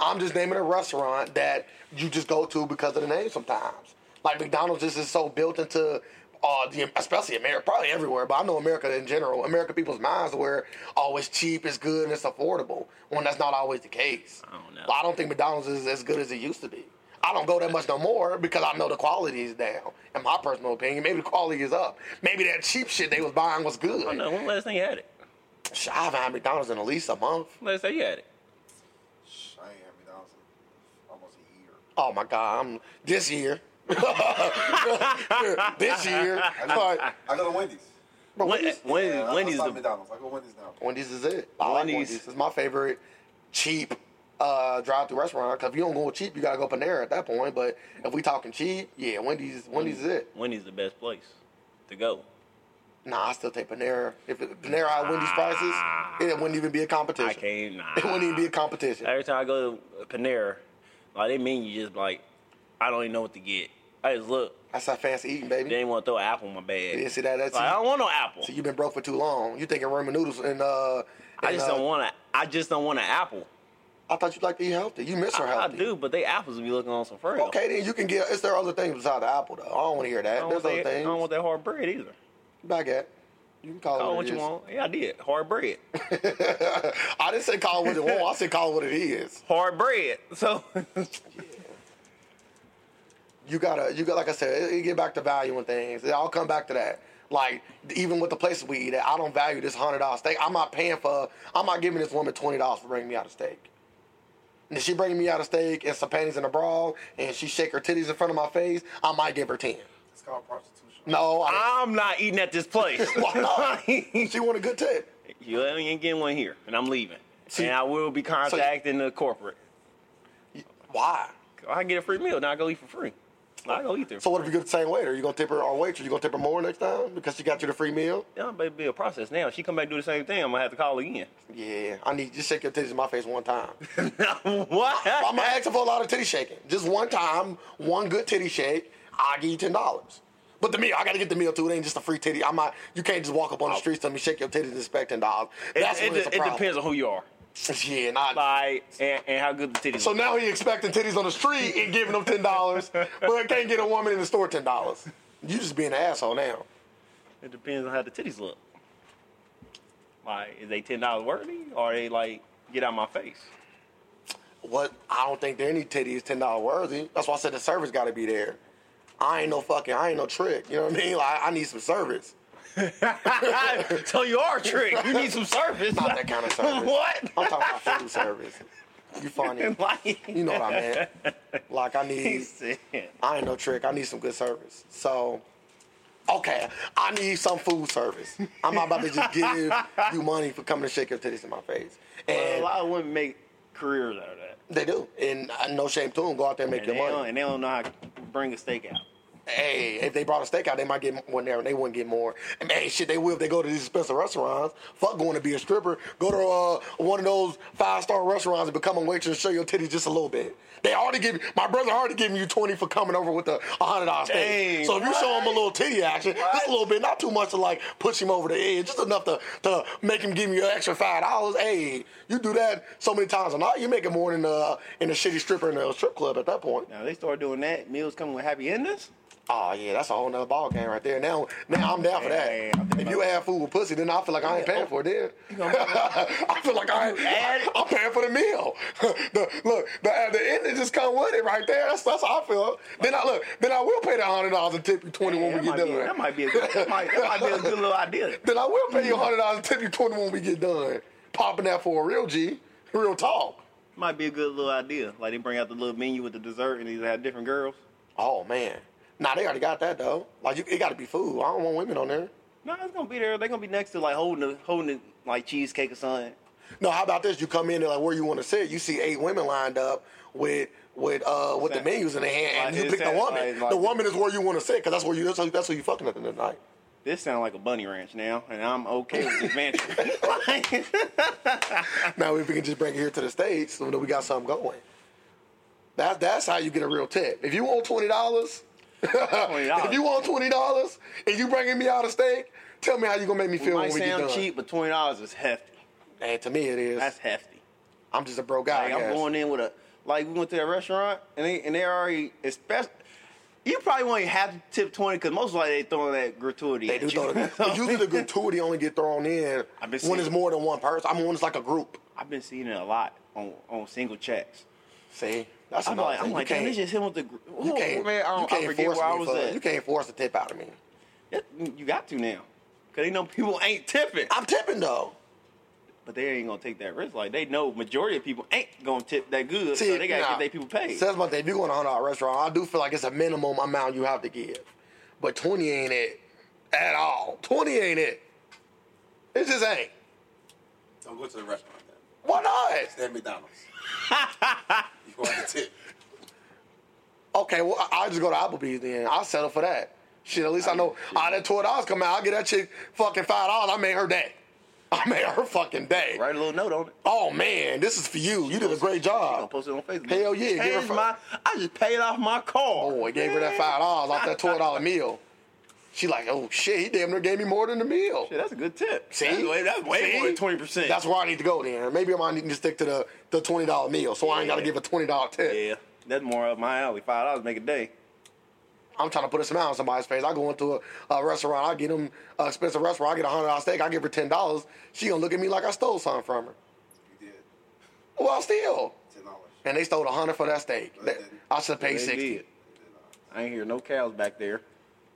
Speaker 2: I'm just naming a restaurant that you just go to because of the name sometimes. Like McDonald's just is so built into, uh, the, especially America, probably everywhere, but I know America in general, American people's minds where always cheap, it's good, and it's affordable, when that's not always the case.
Speaker 1: I don't know.
Speaker 2: Well, I don't think McDonald's is as good as it used to be. I don't go that much no more because I know the quality is down. In my personal opinion, maybe the quality is up. Maybe that cheap shit they was buying was good.
Speaker 1: I don't know. When last thing you had it?
Speaker 2: Shit, I haven't had McDonald's in at least a month.
Speaker 1: Last time you had it?
Speaker 3: Shh, I ain't had McDonald's in almost a year.
Speaker 2: Oh my God! I'm this year. this year, but
Speaker 3: I go to Wendy's.
Speaker 2: bro,
Speaker 1: When,
Speaker 2: Wendy's,
Speaker 1: when,
Speaker 3: Yeah, I-
Speaker 1: Wendy's
Speaker 3: I, stop
Speaker 1: the
Speaker 3: McDonald's. I go Wendy's now.
Speaker 2: Wendy's is it. I like
Speaker 1: Wendy's.
Speaker 2: Wendy's. It's my favorite cheap uh, drive-through restaurant. Cause if you don't go cheap, you gotta go Panera at that point. But if we talking cheap, yeah, Wendy's. Wendy's is it.
Speaker 1: Wendy's the best place to go.
Speaker 2: Nah, I still take Panera. If it, Panera had Wendy's prices, it wouldn't even be a competition.
Speaker 1: I can't. Nah.
Speaker 2: It wouldn't even be a competition.
Speaker 1: Every time I go to Panera, like they mean you just like, I don't even know what to get. I just look.
Speaker 2: That's how fancy eating, baby.
Speaker 1: They didn't want to throw an apple in my bag.
Speaker 2: Yeah, see that? That's
Speaker 1: Like, I don't want no apple.
Speaker 2: so you've been broke for too long. You thinking ramen noodles and uh?
Speaker 1: I
Speaker 2: and,
Speaker 1: just
Speaker 2: uh,
Speaker 1: don't want to. I just don't want an apple.
Speaker 2: I thought you like to eat healthy. You miss her
Speaker 1: I, I
Speaker 2: healthy.
Speaker 1: do, but they apples will be looking on some further.
Speaker 2: Okay, then you can get. It's there other things besides the apple, though. I don't want to hear
Speaker 1: I
Speaker 2: that.
Speaker 1: don't,
Speaker 2: There's
Speaker 1: want
Speaker 2: other
Speaker 1: that, I don't want that
Speaker 2: things.
Speaker 1: hard bread either.
Speaker 2: Back at. You can call,
Speaker 1: Call
Speaker 2: it
Speaker 1: it
Speaker 2: what
Speaker 1: Oh, what you want.
Speaker 2: it is.
Speaker 1: Yeah, I did. Hard bread.
Speaker 2: I didn't say call it what it want. I said call it what it is.
Speaker 1: Hard bread. So
Speaker 2: You gotta. You got. Like I said, it, it get back to value and things. It all come back to that. Like even with the places we eat at, I don't value this hundred dollar steak. I'm not paying for. I'm not giving this woman twenty dollars for bringing me out a steak. And if she bringing me out a steak and some panties and a bra, and she shake her titties in front of my face, I might give her ten.
Speaker 3: It's called prostitution.
Speaker 2: No, I
Speaker 1: I'm not eating at this place. Ah.
Speaker 2: Why don't. she want a good tip.
Speaker 1: you ain't getting one here, and I'm leaving.
Speaker 2: So
Speaker 1: and
Speaker 2: you-
Speaker 1: I will be contacting the corporate.
Speaker 2: Why?
Speaker 1: I get a free meal, and I go eat for free. I go eat there.
Speaker 2: So what if you get the same waiter? You gonna tip her our waitress? You gonna tip her more next time because she got you the free meal?
Speaker 1: yeah, but it'll be a process now. She come back and do the same thing. I'm gonna have to call again.
Speaker 2: Yeah, I need just shake your titties in my face one time.
Speaker 1: what?
Speaker 2: I'm gonna ask her for a lot of titty shaking. Just one time, one good titty shake. I'll give you ten dollars. But the meal, I gotta get the meal too. It ain't just a free titty. I'm not. You can't just walk up on the streets to me, shake your titties, and expect ten dollars.
Speaker 1: It,
Speaker 2: That's
Speaker 1: it,
Speaker 2: when it's a
Speaker 1: it
Speaker 2: problem.
Speaker 1: depends on who you are,
Speaker 2: Yeah, not.
Speaker 1: like, and, and how good the titties.
Speaker 2: So now he expecting titties on the street and giving them ten dollars, but can't get a woman in the store ten dollars. You just being an asshole now.
Speaker 1: look. It depends on how the titties look. Like, is they ten dollars worthy, or they like get out my face?
Speaker 2: What I don't think there any titty is ten dollar worthy. That's why I said the service got to be there. I ain't no fucking, I ain't no trick. You know what I mean? Like I need some service.
Speaker 1: so you are a trick. You need some service.
Speaker 2: Not that kind of service.
Speaker 1: What?
Speaker 2: I'm talking about food service. You funny.
Speaker 1: like,
Speaker 2: You know what I meant. Like I
Speaker 1: he
Speaker 2: need
Speaker 1: said,
Speaker 2: I ain't no trick. I need some good service. So, okay, I need some food service. I'm not about to just give you money for coming to shake your titties in my face.
Speaker 1: a
Speaker 2: And
Speaker 1: lot of women make careers out of that.
Speaker 2: they do. And uh, no shame to them. Go out there and make
Speaker 1: And they,
Speaker 2: your
Speaker 1: don't,
Speaker 2: money.
Speaker 1: and they don't know how to bring a steak out.
Speaker 2: Hey, if they brought a steak out, they might get one there and they wouldn't get more. And hey, shit, they will if they go to these expensive restaurants. Fuck going to be a stripper. Go to uh, one of those five star restaurants and become a waitress and show your titties just a little bit. They already give my brother already giving you 20 for coming over with a $100
Speaker 1: Dang,
Speaker 2: steak. So if you show him a little titty action, just a little bit, not too much to like push him over the edge, just enough to, to make him give you an extra $5. Hey, you do that so many times a night, you're making more than uh, in a shitty stripper in a strip club at that point.
Speaker 1: Now they start doing that. Meals coming with happy endings.
Speaker 2: Oh yeah, that's a whole nother ball game right there. Now, now I'm down for that.
Speaker 1: Yeah, I'm thinking
Speaker 2: if you add food with pussy, then I feel like I ain't paying for it. Then I feel like I,
Speaker 1: add it?
Speaker 2: I, am paying for the meal. the, look, the at the end it just come with it right there. That's that's how I feel. Then I look, then I will pay the hundred dollars and tip you twenty
Speaker 1: Yeah, that,
Speaker 2: when we get
Speaker 1: might
Speaker 2: done.
Speaker 1: be, that might be a good, that might, that might be a good little idea.
Speaker 2: Then I will pay you hundred dollars and tip you twenty when we get done. Popping that for a real G, real talk.
Speaker 1: Might be a good little idea. Like they bring out the little menu with the dessert and these have different girls.
Speaker 2: Oh man, nah, they already got that though. Like you, it got to be food. I don't want women on there.
Speaker 1: No, it's gonna be there. They're gonna be next to like holding the, holding the, like cheesecake or something.
Speaker 2: No, how about this? You come in and like where you want to sit. You see eight women lined up with with uh with the
Speaker 1: Sound-
Speaker 2: menus in their hand, and
Speaker 1: like,
Speaker 2: you
Speaker 1: it
Speaker 2: pick the
Speaker 1: sounds
Speaker 2: woman.
Speaker 1: like- like-
Speaker 2: the woman is where you want to sit because that's where you that's who, that's who you fucking at the end of the night.
Speaker 1: This sounds like a bunny ranch now, and I'm okay with this venture.
Speaker 2: Now if we can just bring it here to the states, so that we got something going. That that's how you get a real tip. If you want twenty dollars, if you want twenty dollars, and you bringing me out a steak, tell me how you gonna make me
Speaker 1: it
Speaker 2: feel
Speaker 1: might
Speaker 2: when we get
Speaker 1: sound
Speaker 2: done.
Speaker 1: cheap, but twenty dollars is hefty.
Speaker 2: And to me, it is.
Speaker 1: That's hefty.
Speaker 2: I'm just a broke guy.
Speaker 1: Like
Speaker 2: I
Speaker 1: I'm
Speaker 2: guess.
Speaker 1: going in with a like we went to that restaurant and they and they already especially. You probably won't even have to tip twenty because most likely they throwing that gratuity.
Speaker 2: They
Speaker 1: at
Speaker 2: do
Speaker 1: you.
Speaker 2: throw the, but usually the gratuity only get thrown in
Speaker 1: I've been
Speaker 2: when it's
Speaker 1: seeing-
Speaker 2: more than one person. I mean, when it's like a group.
Speaker 1: I've been seeing it a lot on on single checks.
Speaker 2: See, that's
Speaker 1: I'm
Speaker 2: another
Speaker 1: like, I'm
Speaker 2: thing.
Speaker 1: like,
Speaker 2: you
Speaker 1: damn, they
Speaker 2: can't,
Speaker 1: just hit with the. gr-
Speaker 2: you
Speaker 1: Ooh,
Speaker 2: can't,
Speaker 1: man, I,
Speaker 2: you
Speaker 1: don't,
Speaker 2: can't
Speaker 1: I forget
Speaker 2: force
Speaker 1: where I
Speaker 2: me
Speaker 1: was
Speaker 2: for-
Speaker 1: at.
Speaker 2: You can't force a tip out of me.
Speaker 1: Yeah, You got to now, cause they know people ain't tipping,
Speaker 2: I'm tipping though.
Speaker 1: but they ain't gonna take that risk. Like they know majority of people ain't gonna tip that good, so they gotta
Speaker 2: nah,
Speaker 1: get their people paid.
Speaker 2: So that's my thing. If you're going to a hundred dollar restaurant, I do feel like it's a minimum amount you have to give, but twenty ain't it at all. Twenty ain't it. It just ain't.
Speaker 3: Don't go to the restaurant then.
Speaker 2: Why not?
Speaker 3: Stay at McDonald's. you going to tip.
Speaker 2: Okay, well I I'll just go to Applebee's then. I'll settle for that. Shit, at least I, know all that twelve dollars come out. I'll get that chick fucking five dollars. I made her day. I made her fucking day.
Speaker 1: Write a little note on it.
Speaker 2: Oh man, this is for you. You did a great
Speaker 1: I'm gonna
Speaker 2: job.
Speaker 1: post it on Facebook.
Speaker 2: Hell yeah, give her
Speaker 1: Changed
Speaker 2: five-
Speaker 1: my, I just paid off my car.
Speaker 2: Oh, I gave her that five dollars off that twelve dollar meal. She like, oh shit, he damn near gave me more than the meal.
Speaker 1: Shit, that's a good tip.
Speaker 2: See,
Speaker 1: that's way, that's way
Speaker 2: See?
Speaker 1: more than twenty percent.
Speaker 2: That's where I need to go then. Maybe I might need to stick to the, the twenty dollar meal, so I ain't got to
Speaker 1: Yeah.
Speaker 2: give a twenty dollar tip.
Speaker 1: yeah, that's more up my alley. Five dollars make a day.
Speaker 2: I'm trying to put a smile on somebody's face. I go into a, a restaurant, I get them a expensive restaurant, I get a hundred dollar steak, I give her ten dollars. She gonna look at me like I stole something from her.
Speaker 3: You did.
Speaker 2: Well, still,
Speaker 3: Ten dollars.
Speaker 2: and they stole a hundred for that steak. That- I should pay
Speaker 1: They
Speaker 2: sixty.
Speaker 1: did. I ain't hear no cows back there.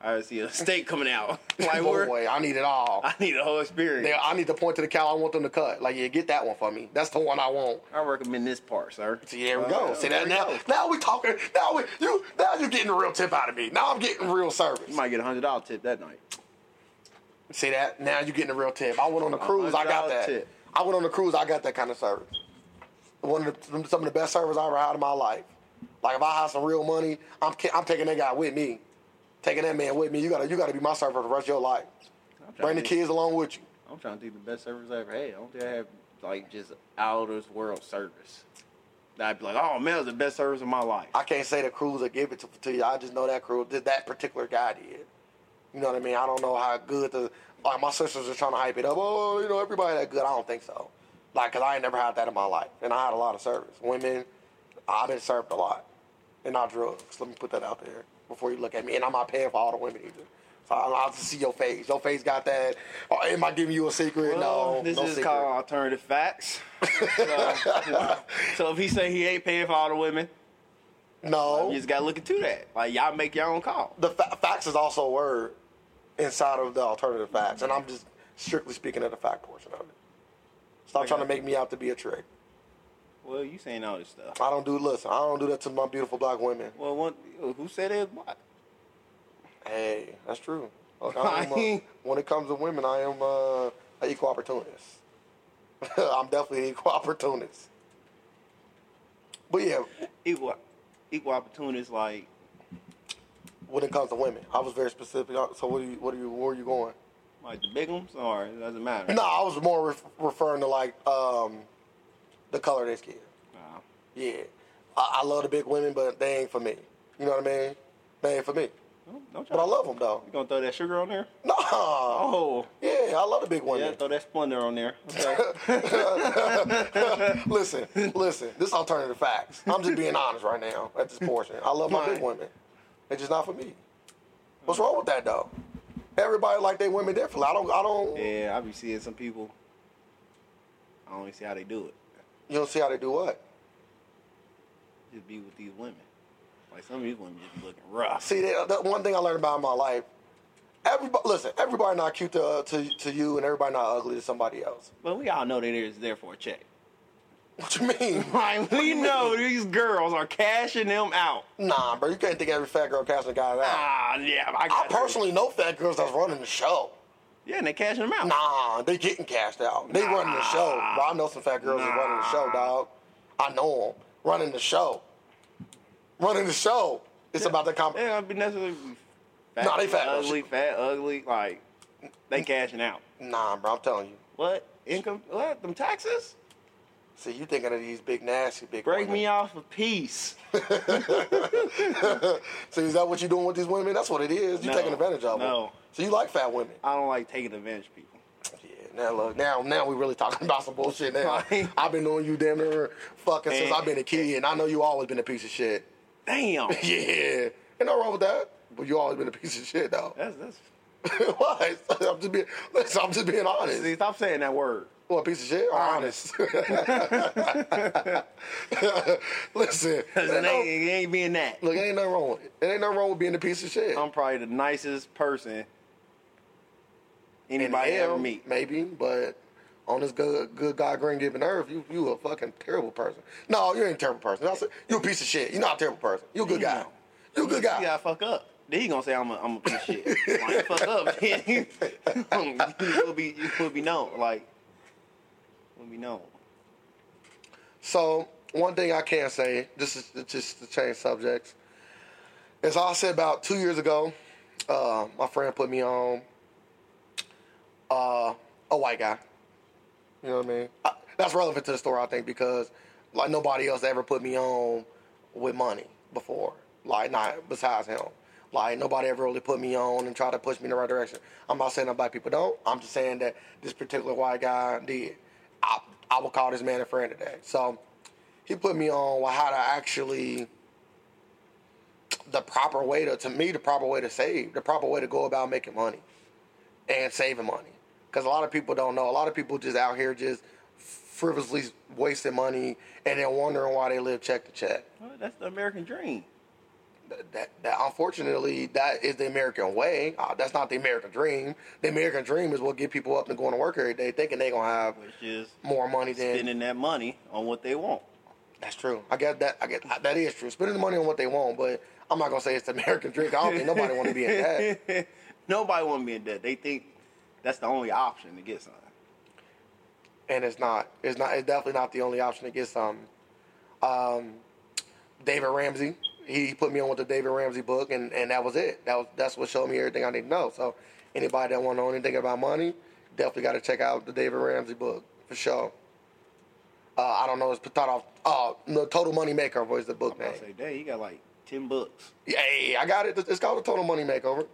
Speaker 1: I see a steak coming out. like
Speaker 2: No
Speaker 1: where?
Speaker 2: way, I need it all.
Speaker 1: I need a whole experience.
Speaker 2: They- I need to point to the cow I want them to cut. Like, yeah, get that one for me. That's the one I want.
Speaker 1: I recommend this part, sir.
Speaker 2: See, there we go.
Speaker 1: Uh,
Speaker 2: See
Speaker 1: there
Speaker 2: that
Speaker 1: we
Speaker 2: now?
Speaker 1: go.
Speaker 2: Now we talking. Now we you. Now you getting a real tip out of me. Now I'm getting real service.
Speaker 1: You might get a hundred dollar tip that night.
Speaker 2: See that? Now you getting a real tip. I went on a cruise. I got
Speaker 1: $100
Speaker 2: that.
Speaker 1: tip.
Speaker 2: I went on a cruise. I got that kind of service. One of the, some of the best service I ever had in my life. Like if I had some real money, I'm ca- I'm taking that guy with me, taking that man with me. You gotta you gotta be my server for the rest of your life.
Speaker 1: I'm trying
Speaker 2: Bring
Speaker 1: to
Speaker 2: the
Speaker 1: think-
Speaker 2: kids along with you.
Speaker 1: I'm trying to think the best service I ever had. I don't think I have like just out of this world service. That I'd be like, oh man, that was the best service of my life.
Speaker 2: I can't say the crews will give it to, to you. I just know that crew that that particular guy did. You know what I mean? I don't know how good the like my sisters are trying to hype it up. Oh, you know everybody that good. I don't think so. Like, cause I ain't never had that in my life, and I had a lot of service. Women, I've been served a lot, and not drugs. Let me put that out there before you look at me. And I'm not paying for all the women either. So I- I'll just see your face. Your face got that. Oh, am I giving you a secret?
Speaker 1: Well,
Speaker 2: no,
Speaker 1: Oh, this
Speaker 2: no
Speaker 1: is
Speaker 2: secret.
Speaker 1: called alternative facts. so, so if he say he ain't paying for all the women,
Speaker 2: no.
Speaker 1: you just gotta look into that. Like y'all make your own call.
Speaker 2: the fa- facts is also a word. inside of the alternative facts, and I'm just strictly speaking of the fact portion of it. Stop
Speaker 1: I
Speaker 2: trying to
Speaker 1: got you.
Speaker 2: make me out to be a trick.
Speaker 1: Well, you saying all this stuff.
Speaker 2: I don't do. Listen, I don't do that to my beautiful black women.
Speaker 1: Well, one, who said it? What?
Speaker 2: Hey, that's true. Look,
Speaker 1: I
Speaker 2: I am, uh,
Speaker 1: ain't-
Speaker 2: when it comes to women, I am uh, an equal opportunist. I'm definitely an equal opportunist. But yeah,
Speaker 1: Equal, equal opportunities. Like,
Speaker 2: when it comes to women, I was very specific. Uh, So what are you? What are you? Where are you going?
Speaker 1: like the big ones, or it doesn't matter.
Speaker 2: No, I was more ref- referring to like um, the color of their skin.
Speaker 1: Nah.
Speaker 2: Yeah, I-, I love the big women, but they ain't for me. You know what I mean? They ain't for me.
Speaker 1: Don't, don't try.
Speaker 2: But I love them though.
Speaker 1: You gonna throw that sugar on there?
Speaker 2: Nah.
Speaker 1: Oh,
Speaker 2: Yeah, I love the big
Speaker 1: yeah.
Speaker 2: women.
Speaker 1: Throw that splendor on there. Okay.
Speaker 2: listen, listen. This is alternative facts. I'm just being honest right now at this portion. I love my big
Speaker 1: Fine.
Speaker 2: women. It's just not for me. What's wrong with that though? Everybody like they women differently. I don't. I don't.
Speaker 1: yeah, I be seeing some people. I don't even see how they do it.
Speaker 2: You don't see how they do what.
Speaker 1: Just be with these women. Like some of these women just be looking rough.
Speaker 2: See, that, that one thing I learned about in my life. Everybody, listen. Everybody not cute to, to to you, and everybody not ugly to somebody else.
Speaker 1: But we all know that it's there for a check.
Speaker 2: What you mean?
Speaker 1: Like we know these girls are cashing them out.
Speaker 2: Nah, bro. You can't think every fat girl casting guys out.
Speaker 1: Ah, yeah, I
Speaker 2: I
Speaker 1: got you.
Speaker 2: personally know fat girls that's running the show.
Speaker 1: Yeah, and they cashing them out.
Speaker 2: Nah, they getting cashed out. They running the show. Bro, I know some fat girls that running the show, dog. I know them. Running the show. Running the show. It's about the comp.
Speaker 1: They don't be necessarily fat,
Speaker 2: Nah, they fat.
Speaker 1: ugly, fat, ugly. Like they cashing out.
Speaker 2: Nah, bro, I'm telling you.
Speaker 1: What income? What them taxes?
Speaker 2: See, you thinking of these big nasty big
Speaker 1: Break
Speaker 2: women.
Speaker 1: me off a piece.
Speaker 2: See, is that what you doing with these women? That's what it is. You
Speaker 1: No,
Speaker 2: taking advantage of them.
Speaker 1: no.
Speaker 2: So you like fat women.
Speaker 1: I don't like taking advantage of people.
Speaker 2: Yeah, now look, now now we really talking about some bullshit now.
Speaker 1: Right.
Speaker 2: I've been knowing you damn near fucking since
Speaker 1: And-
Speaker 2: I've been a kid, and I know you always been a piece of shit.
Speaker 1: Damn.
Speaker 2: Yeah. Ain't no wrong with that. But you always been a piece of shit though.
Speaker 1: That's that's.
Speaker 2: Why? I'm just being. Listen, I'm just being
Speaker 1: See,
Speaker 2: honest.
Speaker 1: stop saying that word.
Speaker 2: Well, a piece of shit. Or honest. listen,
Speaker 1: Cause
Speaker 2: ain't
Speaker 1: it
Speaker 2: no-
Speaker 1: ain't, it ain't being that.
Speaker 2: look, it ain't nothing wrong with it. It ain't nothing wrong with being a piece of shit.
Speaker 1: I'm probably the nicest person anybody
Speaker 2: hell,
Speaker 1: ever meet.
Speaker 2: maybe, but on this good, good God, green giving earth, you you a fucking terrible person. No, you ain't a terrible person. That's it. You a piece of shit. You're not a terrible person. You a good guy. You a good
Speaker 1: You
Speaker 2: guy.
Speaker 1: gotta fuck up. Then you gonna say I'm a I'm a piece of shit. like fuck up, then you will be you will be known. Like will be known.
Speaker 2: So one thing I can say, this is just to change subjects, is I said about two years ago, uh, my friend put me on uh, a white guy. You know what I mean? I, that's relevant to the story, I think, because like nobody else ever put me on with money before. Like not besides him. Like nobody ever really put me on and tried to push me in the right direction. I'm not saying that black people don't. I'm just saying that this particular white guy did. I I will call this man a friend today. So he put me on with how to actually the proper way to to me the proper way to save, the proper way to go about making money and saving money. Because a lot of people don't know. A lot of people just out here just frivolously wasting money and then wondering why they live check to check.
Speaker 1: Well, that's the American dream.
Speaker 2: That, that, that unfortunately, that is the American way. Uh, that's not the American dream. The American dream is what get people up and going to work every day, thinking they gonna have
Speaker 1: Which is
Speaker 2: more money than
Speaker 1: spending that money on what they want.
Speaker 2: That's true. I get that. I get that is true. Spending the money on what they want, but I'm not gonna say it's the American dream. I don't think nobody want to be in that.
Speaker 1: Nobody wanna be in debt. They think that's the only option to get something.
Speaker 2: and it's not. It's not. It's definitely not the only option to get something. Um, David Ramsey. He put me on with the David Ramsey book, and, and that was it. That was that's what showed me everything I need to know. So anybody that want to know anything about money, definitely got to check out the David Ramsey book for sure. Uh, I don't know. It's thought off. Uh, the Total Money Makeover is the book
Speaker 1: I
Speaker 2: name.
Speaker 1: say, dang, you got like ten books.
Speaker 2: Yeah, Hey, I got it. It's called the Total Money Makeover.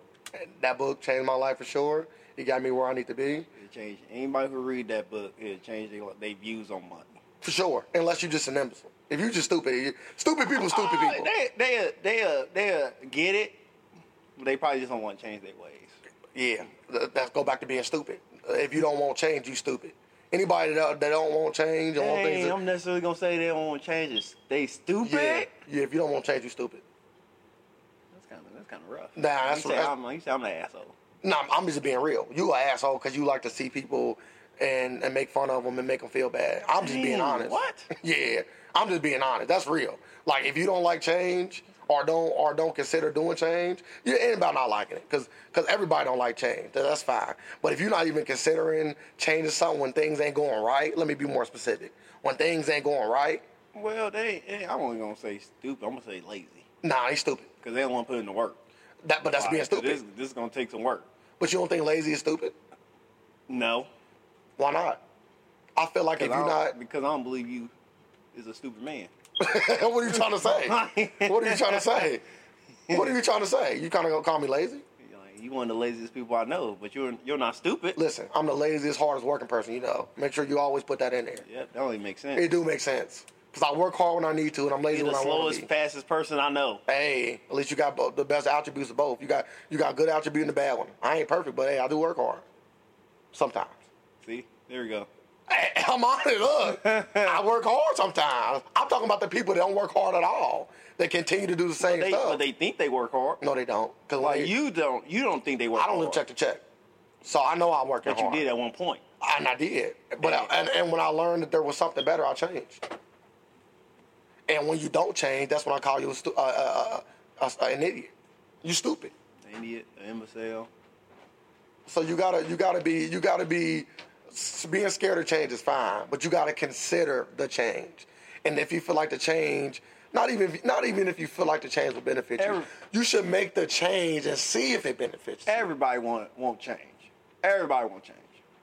Speaker 2: That book changed my life for sure. It got me where I need to be
Speaker 1: It changed anybody who read that book, it changed their, their views on money.
Speaker 2: for sure. Unless you're just an imbecile. If you're just stupid, you- stupid people, stupid
Speaker 1: Oh,
Speaker 2: people.
Speaker 1: They they they they get it. but They probably just don't want to change their ways.
Speaker 2: Yeah, th- that's go back to being stupid. Uh, If you don't want change, you stupid. Anybody that, that don't want change and want things,
Speaker 1: Hey,
Speaker 2: that-
Speaker 1: I'm necessarily gonna say they don't want to change it. They stupid.
Speaker 2: yeah, yeah. If you don't want change, you stupid.
Speaker 1: That's kind of that's kind of rough.
Speaker 2: Nah, that's
Speaker 1: you
Speaker 2: what-
Speaker 1: say
Speaker 2: that's-
Speaker 1: I'm, you say I'm an asshole.
Speaker 2: Nah, I'm- I'm just being real. You an asshole because you like to see people and, and make fun of them and make them feel bad. I'm just being
Speaker 1: Dang,
Speaker 2: honest.
Speaker 1: what?
Speaker 2: yeah, I'm just being honest. That's real. Like if you don't like change or don't or don't consider doing change, yeah, it ain't about not liking it because everybody don't like change. That- That's fine. But if you're not even considering changing something when things ain't going right, let me be more specific. When things ain't going right,
Speaker 1: Well, they, eh, I'm only gonna say stupid. I'm gonna say lazy
Speaker 2: nah, they stupid.
Speaker 1: because they don't want to put in the work.
Speaker 2: That but that's
Speaker 1: Like,
Speaker 2: being
Speaker 1: so
Speaker 2: stupid.
Speaker 1: This, this is gonna take some work.
Speaker 2: But you don't think lazy is stupid?
Speaker 1: No,
Speaker 2: Why not? I feel like if
Speaker 1: because I
Speaker 2: you're
Speaker 1: don't-
Speaker 2: not
Speaker 1: because I don't believe you is a stupid man.
Speaker 2: what are you trying to say? what are you trying to say? What are you trying to say? You kind of gonna call me lazy?
Speaker 1: You're like, you one of the laziest people I know, but you're you're not stupid.
Speaker 2: Listen, I'm the laziest, hardest working person you know. Make sure you always put that in there.
Speaker 1: Yep, that don't even make sense.
Speaker 2: It do make sense because I work hard when I need to, and I'm lazy
Speaker 1: You're
Speaker 2: when
Speaker 1: the
Speaker 2: I want
Speaker 1: slowest,
Speaker 2: to be.
Speaker 1: fastest person I know.
Speaker 2: Hey, at least you got both, the best attributes of both. You got you got good attribute and a bad one. I ain't perfect, but hey, I do work hard sometimes.
Speaker 1: See, there we go.
Speaker 2: Hey, I'm on it. Look, I work hard sometimes. I'm talking about the people that don't work hard at all. They continue to do the same
Speaker 1: They,
Speaker 2: stuff.
Speaker 1: but they think they work hard.
Speaker 2: no, they don't. Cause
Speaker 1: Like
Speaker 2: you.
Speaker 1: you don't, you don't think they work.
Speaker 2: I don't
Speaker 1: hard,
Speaker 2: live check to check. So I know I'm working
Speaker 1: but you
Speaker 2: hard.
Speaker 1: did at one point.
Speaker 2: And I did. But I, and, and when I learned that there was something better, I changed. And when you don't change, that's when I call you a stu- uh, uh, uh, uh, an idiot. You stupid.
Speaker 1: Idiot, imbecile.
Speaker 2: So you gotta you gotta be you gotta be s- being scared of change is fine, but you gotta consider the change. And if you feel like the change, not even if- not even if you feel like the change will benefit you,
Speaker 1: Every-
Speaker 2: you should make the change and see if it benefits. you.
Speaker 1: Everybody want won't change. Everybody won't change.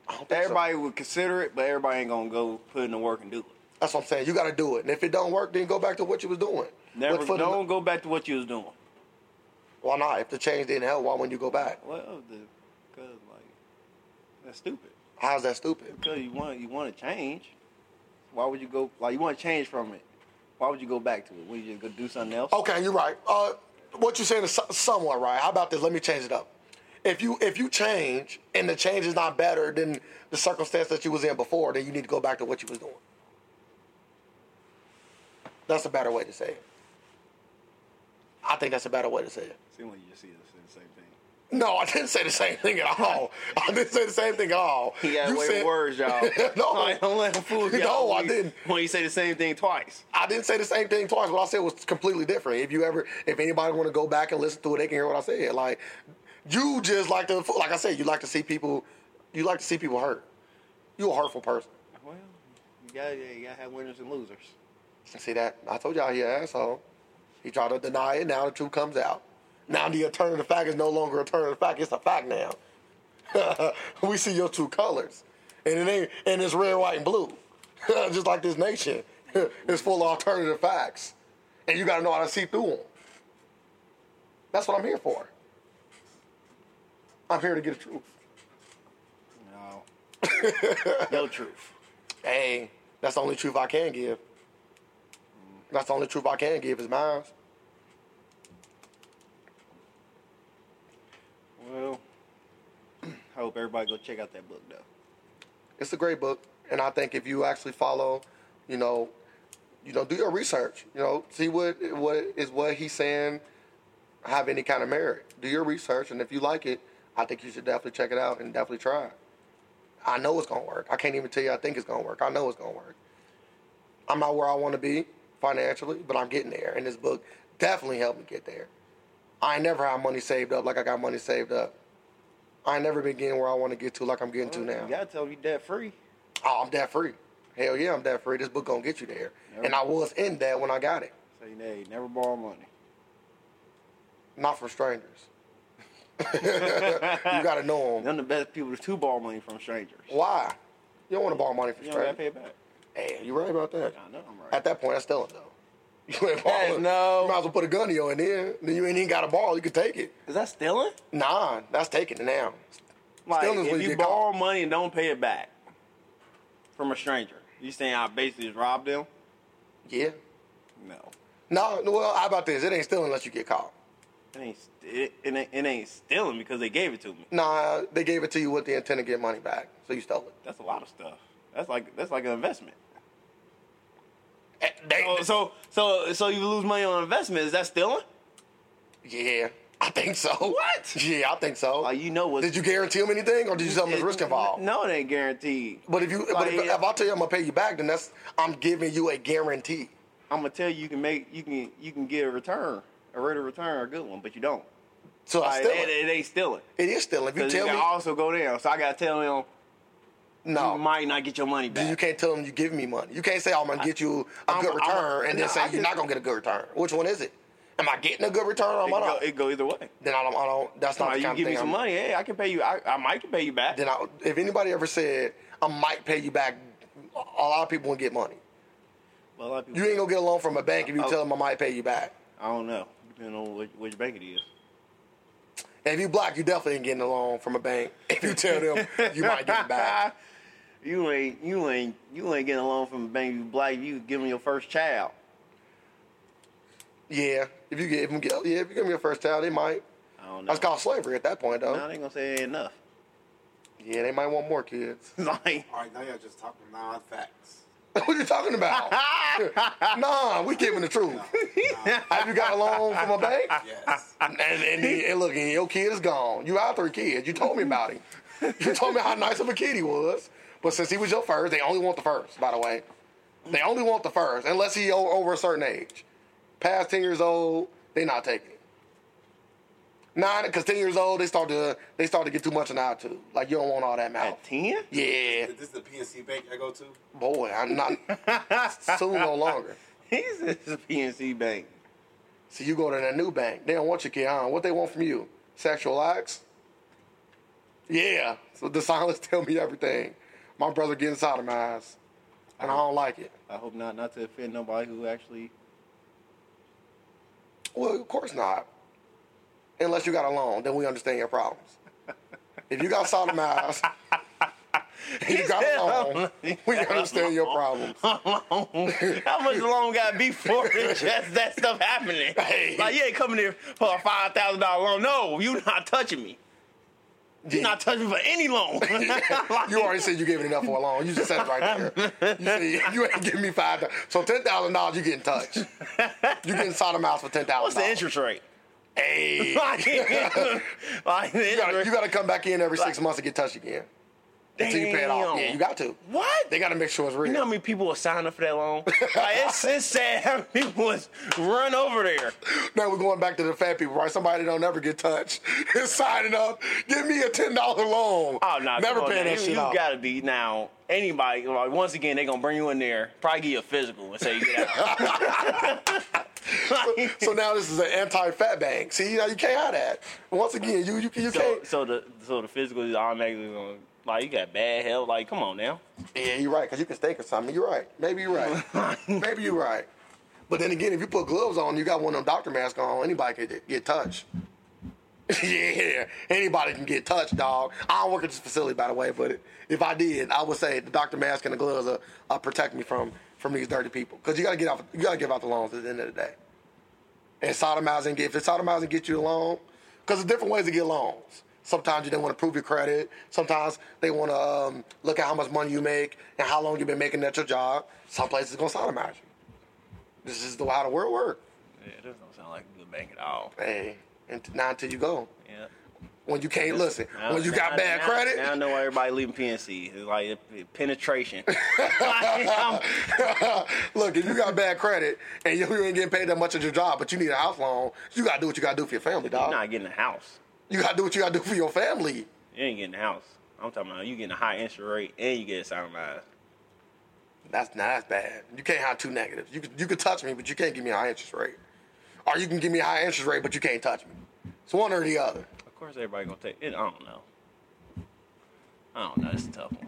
Speaker 2: I don't think so.
Speaker 1: Everybody would consider it, but everybody ain't gonna go put in the work and do it.
Speaker 2: That's what I'm saying. You got to do it. And if it don't work, then go back to what you was doing.
Speaker 1: Never,
Speaker 2: Look for the-
Speaker 1: don't go back to what you was doing.
Speaker 2: why not? If the change didn't help, why wouldn't you go back?
Speaker 1: Well, the, cause like that's stupid.
Speaker 2: How's that stupid?
Speaker 1: Because you want you want to change. Why would you go? Like you want to change from it. Why would you go back to it? Would you just go do something else?
Speaker 2: Okay, you're right. Uh, what you're saying is so- somewhat right. How about this? Let me change it up. If you if you change and the change is not better than the circumstance that you was in before, then you need to go back to what you was doing. That's a better way to say it. I think that's a better way to say it.
Speaker 1: Seems like you just see the same- same thing.
Speaker 2: No, I didn't say the same thing at all. I didn't say the same thing at all.
Speaker 1: He got away with words, y'all.
Speaker 2: no,
Speaker 1: Like, don't let him fool you
Speaker 2: No, I didn't.
Speaker 1: When you say the same thing twice.
Speaker 2: I didn't say the same thing twice. What I said was completely different. If you ever, if anybody want to go back and listen to it, they can hear what I said. Like you just like to, like I said, you like to see people, you like to see people hurt. You a hurtful person.
Speaker 1: Well, you gotta, you gotta have winners and losers.
Speaker 2: See that? I told y'all he an asshole. He tried to deny it. Now the truth comes out. Now the alternative fact is no longer alternative fact. It's a fact now. we see your true colors, and it ain't and it's red, white, and blue, just like this nation. it's full of alternative facts, and you got to know how to see through them. That's what I'm here for. I'm here to get the truth.
Speaker 1: No. no truth.
Speaker 2: Hey, that's the only truth I can give. That's the only truth I can give is mine.
Speaker 1: Well, I hope everybody go check out that book though.
Speaker 2: it's a great book, and I think if you actually follow, you know, you know, do your research, you know, see what what is what he's saying, have any kind of merit. Do your research, and if you like it, I think you should definitely check it out and definitely try. it. I know it's gonna work. I can't even tell you I think it's gonna work. I know it's gonna work. I'm not where I want to be financially, but I'm getting there, and this book definitely helped me get there. I ain't never had money saved up like I got money saved up. I ain't never been getting where I want to get to like I'm getting to now.
Speaker 1: You gotta tell me debt free.
Speaker 2: Oh, I'm debt free. Hell yeah, I'm debt free. This book gonna get you there. And I was in that when I got it,
Speaker 1: Say nay, never borrow money.
Speaker 2: not from strangers. you gotta know them.
Speaker 1: None of the best people to borrow money from strangers.
Speaker 2: Why? You don't want to borrow money from
Speaker 1: You don't gotta
Speaker 2: strangers.
Speaker 1: pay it back.
Speaker 2: Hey, you right about that?
Speaker 1: I know I'm right.
Speaker 2: At that point, that's stealing though. You ain't borrowing.
Speaker 1: no.
Speaker 2: You might as well put a gun in your in there. Then you ain't even gotta borrow. You can take it.
Speaker 1: Is that stealing?
Speaker 2: Nah, that's taking it now.
Speaker 1: Like,
Speaker 2: Stealing is when
Speaker 1: if
Speaker 2: you
Speaker 1: you
Speaker 2: get caught.
Speaker 1: borrow money and don't pay it back from a stranger, you saying I basically just robbed them?
Speaker 2: Yeah.
Speaker 1: No,
Speaker 2: No, no, well, how about this? It ain't stealing unless you get caught.
Speaker 1: it ain't. st- It, it, ain't- it ain't stealing because they gave it to me.
Speaker 2: Nah, they gave it to you with the intent to get money back, so you stole it.
Speaker 1: That's a lot of stuff. That's like that's like an investment.
Speaker 2: Eh, They,
Speaker 1: Oh, So so so, so you lose money on investment. Is that stealing?
Speaker 2: yeah, I think so.
Speaker 1: What?
Speaker 2: Yeah, I think so.
Speaker 1: Like you know what?
Speaker 2: did you guarantee him anything, or did you tell him there's risk involved?
Speaker 1: No, it ain't guaranteed.
Speaker 2: But if you, but
Speaker 1: Like,
Speaker 2: if, if I tell you I'm gonna pay you back, then that's I'm giving you a guarantee.
Speaker 1: I'm gonna tell you, you can make, you can, you can get a return, a rate of return, a good one, but you don't.
Speaker 2: So I
Speaker 1: Like,
Speaker 2: still,
Speaker 1: it, it ain't stealing.
Speaker 2: it is still. If you
Speaker 1: Because you
Speaker 2: tell
Speaker 1: can
Speaker 2: me,
Speaker 1: also go down. So I gotta tell him you
Speaker 2: no,
Speaker 1: might not get your money
Speaker 2: then
Speaker 1: back.
Speaker 2: you can't tell them you give me money. You can't say "Oh, I'm gonna get you a
Speaker 1: I'm-
Speaker 2: good
Speaker 1: I'm-
Speaker 2: return and
Speaker 1: no,
Speaker 2: then say
Speaker 1: I
Speaker 2: you're not
Speaker 1: just-
Speaker 2: gonna get a good return. Which one is it? Am I getting a good return or
Speaker 1: it,
Speaker 2: am I
Speaker 1: go,
Speaker 2: not?
Speaker 1: it go either way.
Speaker 2: then I don't. I don't that's not
Speaker 1: Like,
Speaker 2: the
Speaker 1: you
Speaker 2: kind
Speaker 1: give
Speaker 2: of
Speaker 1: me
Speaker 2: thing.
Speaker 1: some
Speaker 2: I'm-
Speaker 1: money, hey, I can pay you. I, I might can pay you back.
Speaker 2: Then I, if anybody ever said I might pay you back, a lot of people would get money.
Speaker 1: Well, a lot of people,
Speaker 2: You ain't gonna get a loan from a bank if you
Speaker 1: Oh.
Speaker 2: tell them I might pay you back.
Speaker 1: I don't know, depending on which, which bank it is.
Speaker 2: And if you block, you definitely ain't getting a loan from a bank. If you tell them you might get it back.
Speaker 1: You ain't, you ain't, you ain't getting a loan from a bank. You black, you giving your first child.
Speaker 2: Yeah, if you get, if you get, yeah, if you give me a first child, they might.
Speaker 1: I don't know.
Speaker 2: That's called slavery at that point, though.
Speaker 1: Now they gonna say it ain't enough.
Speaker 2: Yeah, they might want more kids.
Speaker 1: like,
Speaker 3: All right, now y'all just talking non-facts.
Speaker 2: what are you talking about? nah, we giving the truth. Have you got a loan from a bank?
Speaker 3: Yes.
Speaker 2: And, and, he- and look, and your kid is gone. You out three kids. You told me about him. You told me how nice of a kid he was. But since he was your first, they only want the first, by the way. They only want the first, unless he o- over a certain age. Past 10 years old, they not taking it. Nine, because 10 years old, they start to they start to get too much of an attitude. Like, you don't want all that mouth.
Speaker 1: at ten?
Speaker 2: Yeah,
Speaker 3: Is this the PNC bank I go to?
Speaker 2: boy, I'm not, soon no longer.
Speaker 1: He's this is PNC bank.
Speaker 2: So you go to that new bank. They don't want your kid on. What they want from you? Sexual acts? Yeah. So the silence tell me everything. My brother getting sodomized. And I don't like it.
Speaker 1: I hope not, not to offend nobody who actually.
Speaker 2: Well, of course not. Unless you got a loan, then we understand your problems. If you got sodomized, and you got a loan, we understand your problems.
Speaker 1: How much loan got before it just that stuff happening?
Speaker 2: Hey.
Speaker 1: Like you ain't coming here for a five thousand dollar loan. No, you not touching me. You not touching for any loan. Like,
Speaker 2: You already said you gave it enough for a loan. You just said it right there. You said you ain't giving me five. thou- So ten thousand dollars, you getting touched. You getting sodomized for ten thousand.
Speaker 1: what's the interest rate?
Speaker 2: Hey, you
Speaker 1: like, like the interest
Speaker 2: gotta,
Speaker 1: rate.
Speaker 2: you gotta come back in every six months to get touched again until you pay it off.
Speaker 1: Damn.
Speaker 2: Yeah, you got to.
Speaker 1: what?
Speaker 2: They gotta make sure it's real.
Speaker 1: You know how many people will sign up for that loan? like, it's, it's sad how many people was run over there.
Speaker 2: now we're going back to the fat people, right? Somebody that don't never get touched is signing up. Give me a ten dollar loan.
Speaker 1: Oh no,
Speaker 2: never
Speaker 1: come on
Speaker 2: paying
Speaker 1: now.
Speaker 2: that
Speaker 1: you,
Speaker 2: shit
Speaker 1: you
Speaker 2: off.
Speaker 1: gotta be now. Anybody, like, once again, they gonna bring you in there, probably give you a physical and say get out. Like,
Speaker 2: So now this is an anti-fat bank. See, now you can't have that. Once again, you you, you
Speaker 1: so,
Speaker 2: can't.
Speaker 1: so the so the physical is automatically gonna like you got bad health. Like, come on now.
Speaker 2: Yeah, you're right, because you can stake or something. You're right. Maybe you're right. Maybe you're right. But then again, if you put gloves on, you got one of them doctor masks on, anybody can get touched. yeah, anybody can get touched, dog. I don't work at this facility, by the way, but if I did, I would say the doctor mask and the gloves uh, uh, protect me from from these dirty people. Because you gotta get off, you gotta give out the loans at the end of the day. And sodomizing, if it's sodomizing, get you a loan. Because there's different ways to get loans. Sometimes you don't want to prove your credit. Sometimes they want to um, look at how much money you make and how long you've been making at your job. Some places gonna sodomize you. This is the how the world works.
Speaker 1: Yeah, that don't sound like a good bank at all.
Speaker 2: Hey, and t- not until you go.
Speaker 1: Yeah.
Speaker 2: When you can't listen.
Speaker 1: Now-
Speaker 2: when you
Speaker 1: now-
Speaker 2: got bad
Speaker 1: now-
Speaker 2: credit.
Speaker 1: Now I know why everybody leaving PNC. It's like it- it- penetration. Like, I'm-
Speaker 2: Look, if you got bad credit and you, you ain't getting paid that much at your job, but you need a house loan, you gotta do what you gotta do for your family,
Speaker 1: you're
Speaker 2: dog.
Speaker 1: not getting a house.
Speaker 2: You gotta do what you gotta do for your family.
Speaker 1: You ain't getting a house. I'm talking about you getting a high interest rate and you get sodomized.
Speaker 2: That's nah, that's bad. You can't have two negatives. You can, you can touch me, but you can't give me a high interest rate, or you can give me a high interest rate, but you can't touch me. It's one or the other.
Speaker 1: Of course, everybody gonna take it. I don't know. I don't know. It's a tough one.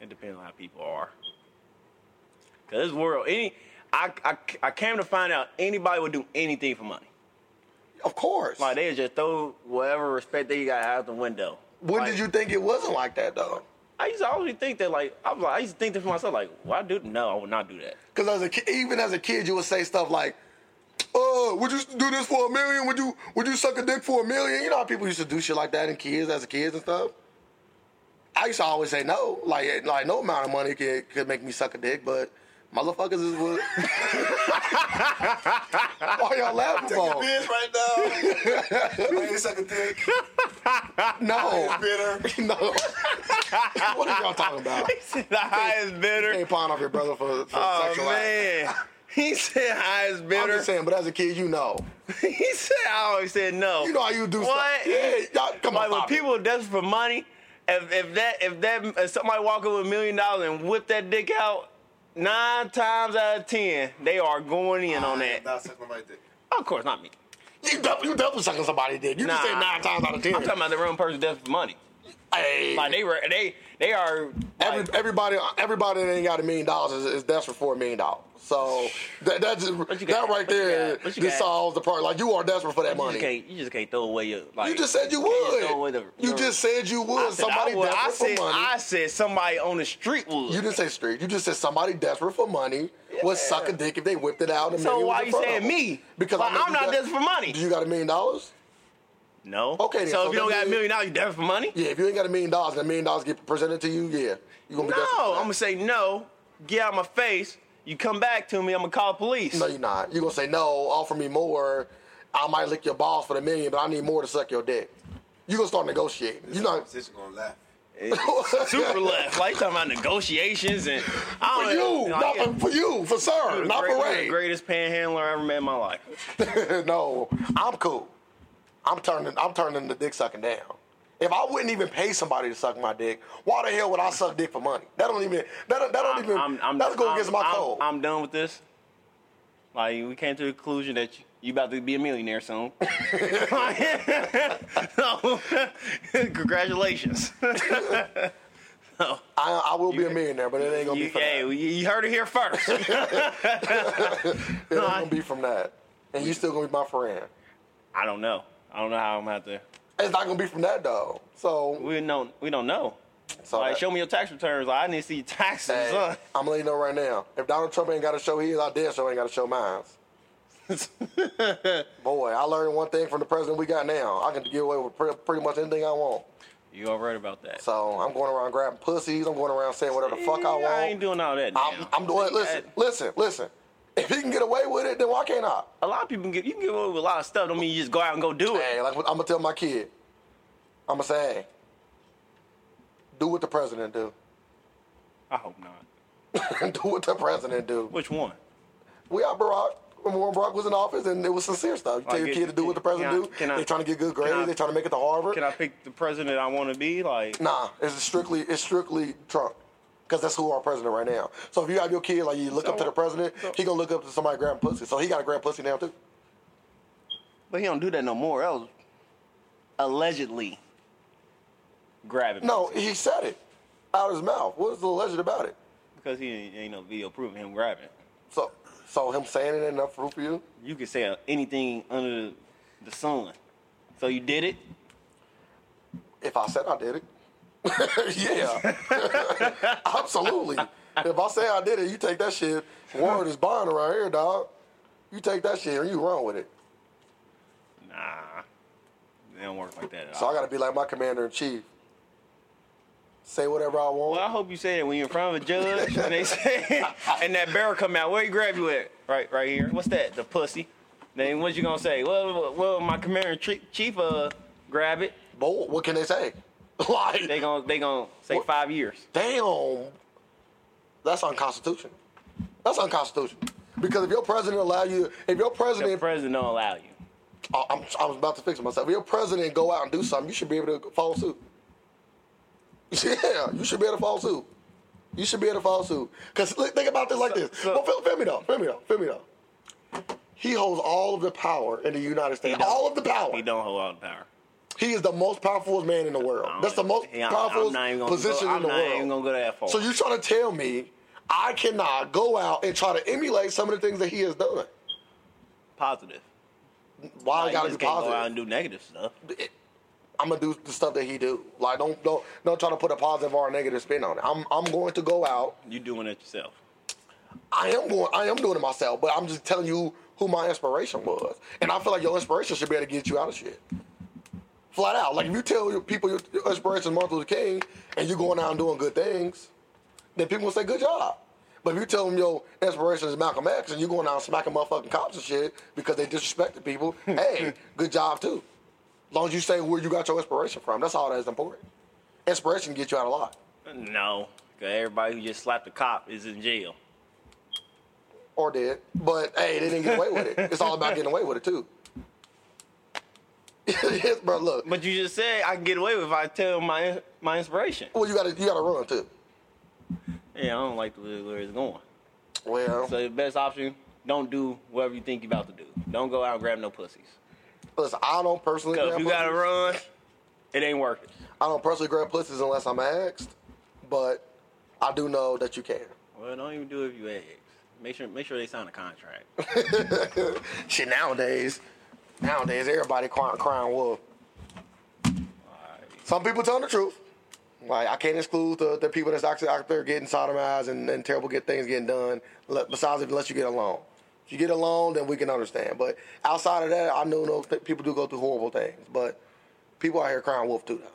Speaker 1: It depends on how people are. Cause this world, any, I, I, I came to find out anybody would do anything for money.
Speaker 2: Of course.
Speaker 1: Like they just throw whatever respect they got out the window.
Speaker 2: when
Speaker 1: Like,
Speaker 2: did you think it wasn't like that though?
Speaker 1: I used to always think that. Like I was like, I used to think that for myself. Like, why do? No, I would not do that.
Speaker 2: Because as a ki- even as a kid, you would say stuff like, "Oh, would you do this for a million? Would you would you suck a dick for a million? You know how people used to do shit like that in kids as a kids and stuff. I used to always say no, like like no amount of money could could make me suck a dick, but Motherfuckers is what. Why y'all laughing for?
Speaker 3: Bitch, right now. I ain't sucking dick.
Speaker 2: No,
Speaker 3: Bitter.
Speaker 2: no. what are y'all talking about?
Speaker 1: said the highest bidder.
Speaker 2: Can't pawn off your brother for, for
Speaker 1: Oh
Speaker 2: sexual act.
Speaker 1: man, he said highest
Speaker 2: I'm
Speaker 1: bidder.
Speaker 2: just saying, but as a kid, you know,
Speaker 1: He said I always said no.
Speaker 2: you know how you do
Speaker 1: What?
Speaker 2: stuff. Yeah, y'all, come
Speaker 1: Like
Speaker 2: on,
Speaker 1: when
Speaker 2: pop it.
Speaker 1: people are desperate for money, if, if that if that if somebody walk up with a million dollars and whip that dick out, nine times out of ten they are going in on
Speaker 3: I am
Speaker 1: that.
Speaker 3: Not sucking nobody's dick.
Speaker 1: Of course, not me.
Speaker 2: You double, you double sucking somebody dick. You just
Speaker 1: Nah.
Speaker 2: say nine times out of
Speaker 1: I'm
Speaker 2: 10
Speaker 1: talking about the wrong person desperate for money.
Speaker 2: hey,
Speaker 1: Like they were they they are
Speaker 2: every,
Speaker 1: like,
Speaker 2: everybody, everybody that ain't got a million dollars is, is desperate for a million dollars. So that that's,
Speaker 1: you
Speaker 2: that
Speaker 1: got?
Speaker 2: right
Speaker 1: What you
Speaker 2: there
Speaker 1: got? What you
Speaker 2: just
Speaker 1: got?
Speaker 2: solves the part. Like you are desperate for that
Speaker 1: you just
Speaker 2: money.
Speaker 1: can't you just can't throw away your like
Speaker 2: You just said you
Speaker 1: can't just throw away
Speaker 2: would.
Speaker 1: the-
Speaker 2: You
Speaker 1: your-
Speaker 2: just said you
Speaker 1: I
Speaker 2: would.
Speaker 1: said I
Speaker 2: Somebody
Speaker 1: would. I
Speaker 2: desperate
Speaker 1: said
Speaker 2: for money.
Speaker 1: I said somebody on the street would.
Speaker 2: You didn't say street. You just said somebody desperate for money would suck a dick if they whipped it out. And
Speaker 1: so
Speaker 2: million was
Speaker 1: why
Speaker 2: in
Speaker 1: you
Speaker 2: front of
Speaker 1: saying
Speaker 2: them.
Speaker 1: me?
Speaker 2: Because I
Speaker 1: Like,
Speaker 2: know
Speaker 1: I'm
Speaker 2: you
Speaker 1: not
Speaker 2: got-
Speaker 1: desperate for money.
Speaker 2: Do you got a million dollars?
Speaker 1: No.
Speaker 2: Okay, then,
Speaker 1: So, if
Speaker 2: so
Speaker 1: you
Speaker 2: that
Speaker 1: don't got a
Speaker 2: means-
Speaker 1: million dollars, you desperate for money?
Speaker 2: Yeah. If you ain't got a million dollars and a million dollars get presented to you, yeah, you gonna be desperate. for
Speaker 1: No,
Speaker 2: that.
Speaker 1: I'm gonna say no. Get out of my face. You come back to me, I'm gonna call the police.
Speaker 2: No, you're not. You're gonna say no. Offer me more. I might lick your balls for the million, but I need more to suck your dick. You gonna start negotiating. You not
Speaker 3: Conversation gonna laugh.
Speaker 1: Super left. Like you talking about negotiations and
Speaker 2: for
Speaker 1: I don't know.
Speaker 2: you, not
Speaker 1: Oh, yeah.
Speaker 2: for, for you, for sir,
Speaker 1: You're the
Speaker 2: not
Speaker 1: great-
Speaker 2: for
Speaker 1: you're the
Speaker 2: Ray.
Speaker 1: Greatest panhandler I ever met in my life.
Speaker 2: no, I'm cool. I'm turning. I'm turning the dick sucking down. If I wouldn't even pay somebody to suck my dick, why the hell would I suck dick for money? That don't even. That don't, that don't even. that's going
Speaker 1: I'm-
Speaker 2: against my
Speaker 1: I'm-
Speaker 2: code.
Speaker 1: I'm done with this. Like we came to the conclusion that you, you about to be a millionaire soon. so, congratulations.
Speaker 2: I, I will be a millionaire, but it ain't gonna
Speaker 1: You,
Speaker 2: be for
Speaker 1: hey,
Speaker 2: that.
Speaker 1: you- you heard it here first.
Speaker 2: It ain't
Speaker 1: I-
Speaker 2: gonna be from that. And you still gonna be my friend.
Speaker 1: I don't know. I don't know how I'm out there.
Speaker 2: It's not gonna be from that though. So,
Speaker 1: We don't. We don't know.
Speaker 2: so
Speaker 1: like,
Speaker 2: that-
Speaker 1: show me your tax returns. Like, I need to see your taxes.
Speaker 2: Hey,
Speaker 1: huh?
Speaker 2: I'm letting you know right now. If Donald Trump ain't got to show his, I damn sure ain't got to show mine. Boy, I learned one thing from the president we got now. I can get away with pre- pretty much anything I want.
Speaker 1: You all right about that?
Speaker 2: So I'm going around grabbing pussies. I'm going around saying whatever the fuck I
Speaker 1: Eh, I ain't
Speaker 2: want.
Speaker 1: doing all that. Now.
Speaker 2: I'm, I'm doing. Listen, listen, listen. If he can get away with it, then why can't I?
Speaker 1: A lot of people can get. You can get away with a lot of stuff. Don't mean you just go out and go do it.
Speaker 2: Hey, like I'm gonna tell my kid. I'm gonna say, hey, do what the president do.
Speaker 1: I hope not.
Speaker 2: do what the president do.
Speaker 1: Which one?
Speaker 2: We out Barack. When Warren Barack was in office, and it was sincere stuff. You tell
Speaker 1: Like,
Speaker 2: your
Speaker 1: it-
Speaker 2: kid to do what the
Speaker 1: can
Speaker 2: president
Speaker 1: I-
Speaker 2: do.
Speaker 1: can I-
Speaker 2: they're trying to get good grades.
Speaker 1: I-
Speaker 2: they're trying to make it to Harvard.
Speaker 1: Can I pick the president I want to be? Like,
Speaker 2: nah, it's strictly it's strictly Trump, because that's who our president right now. So if you have your kid like you look up to the president, he gonna look up to somebody grabbing pussy. So he got to grab pussy now too.
Speaker 1: but he don't do that no more. Else, allegedly, grab it
Speaker 2: No, he said it out of his mouth. What is the legend about it?
Speaker 1: because he ain't, ain't no video proving him grabbing.
Speaker 2: So so him saying it ain't enough proof for you?
Speaker 1: You can say uh, anything under the, the sun. So you did it.
Speaker 2: If I said I did it, yeah, absolutely. If I say I did it, you take that shit. Word is bond around here, dog. You take that shit and you run with it.
Speaker 1: Nah, they don't work like that at
Speaker 2: So I
Speaker 1: all.
Speaker 2: gotta be like my commander in chief. Say whatever I want.
Speaker 1: Well, I hope you say that when you're in front of a judge and they say, and that barrel come out. Where you grab you at? Right, right here. What's that? The pussy. Then what you gonna say? Well, well, my commander in chi- chief uh, grab it.
Speaker 2: Boy, what can they say? like,
Speaker 1: They gonna they gonna say
Speaker 2: What?
Speaker 1: five years.
Speaker 2: damn, that's unconstitutional. That's unconstitutional. Because if your president allow you, if your
Speaker 1: The
Speaker 2: president,
Speaker 1: president don't allow you.
Speaker 2: I- I'm, I was about to fix it myself. If your president go out and do something, you should be able to follow suit. Yeah, you should be able to follow suit. You should be able to follow suit. Cause look, think about this like this.
Speaker 1: so-
Speaker 2: well, feel, feel me though. Feel me though. Feel me though. He holds all of the power in the United States.
Speaker 1: don't.
Speaker 2: All of the power.
Speaker 1: He don't hold all the power.
Speaker 2: He is the most powerful man in the world.
Speaker 1: I don't
Speaker 2: That's the
Speaker 1: even-
Speaker 2: most
Speaker 1: yeah, I'm
Speaker 2: powerful
Speaker 1: not even gonna
Speaker 2: position
Speaker 1: go-
Speaker 2: in the
Speaker 1: I'm
Speaker 2: world.
Speaker 1: not even gonna go that far.
Speaker 2: So you're trying to tell me I cannot go out and try to emulate some of the things that he has done?
Speaker 1: Positive.
Speaker 2: Why I
Speaker 1: Like, you
Speaker 2: gotta be
Speaker 1: just can't go out
Speaker 2: positive?
Speaker 1: and do negative stuff.
Speaker 2: I'm gonna do the stuff that he do. Like don't don't don't try to put a positive or a negative spin on it. I'm I'm going to go out.
Speaker 1: You doing it yourself.
Speaker 2: I am going. I am doing it myself. But I'm just telling you who my inspiration was, and I feel like your inspiration should be able to get you out of shit. Flat out, like if you tell your people your, your inspiration is Martin Luther King, and you're going out and doing good things, then people will say good job. But if you tell them your inspiration is Malcolm X and you going out smacking motherfucking cops and shit because they disrespected people, hey, good job too. As long as you say where you got your inspiration from, that's all that's important. Inspiration gets you out a lot.
Speaker 1: No, cause everybody who just slapped a cop is in jail.
Speaker 2: Or did. But hey, they didn't get away with it. It's all about getting away with it too. yes, bro, look.
Speaker 1: But you just said I can get away with if I tell my my inspiration.
Speaker 2: Well you gotta you gotta run too.
Speaker 1: Yeah, I don't like the way where it's going.
Speaker 2: Well
Speaker 1: So the best option, don't do whatever you think you're about to do. Don't go out and grab no pussies.
Speaker 2: listen, I don't personally
Speaker 1: Cause if
Speaker 2: grab
Speaker 1: you gotta
Speaker 2: pussies.
Speaker 1: run, it ain't working.
Speaker 2: I don't personally grab pussies unless I'm asked, but I do know that you care.
Speaker 1: Well, don't even do it if you ask. Make sure make sure they sign a contract.
Speaker 2: Shit, nowadays, nowadays everybody crying, crying wolf. Some people telling the truth. Like I can't exclude the, the people that's actually out there getting sodomized and, and terrible good things getting done. le- Besides, unless you get a loan, if you get a loan, then we can understand. But outside of that, I know no th- people do go through horrible things. But people out here crying wolf too though.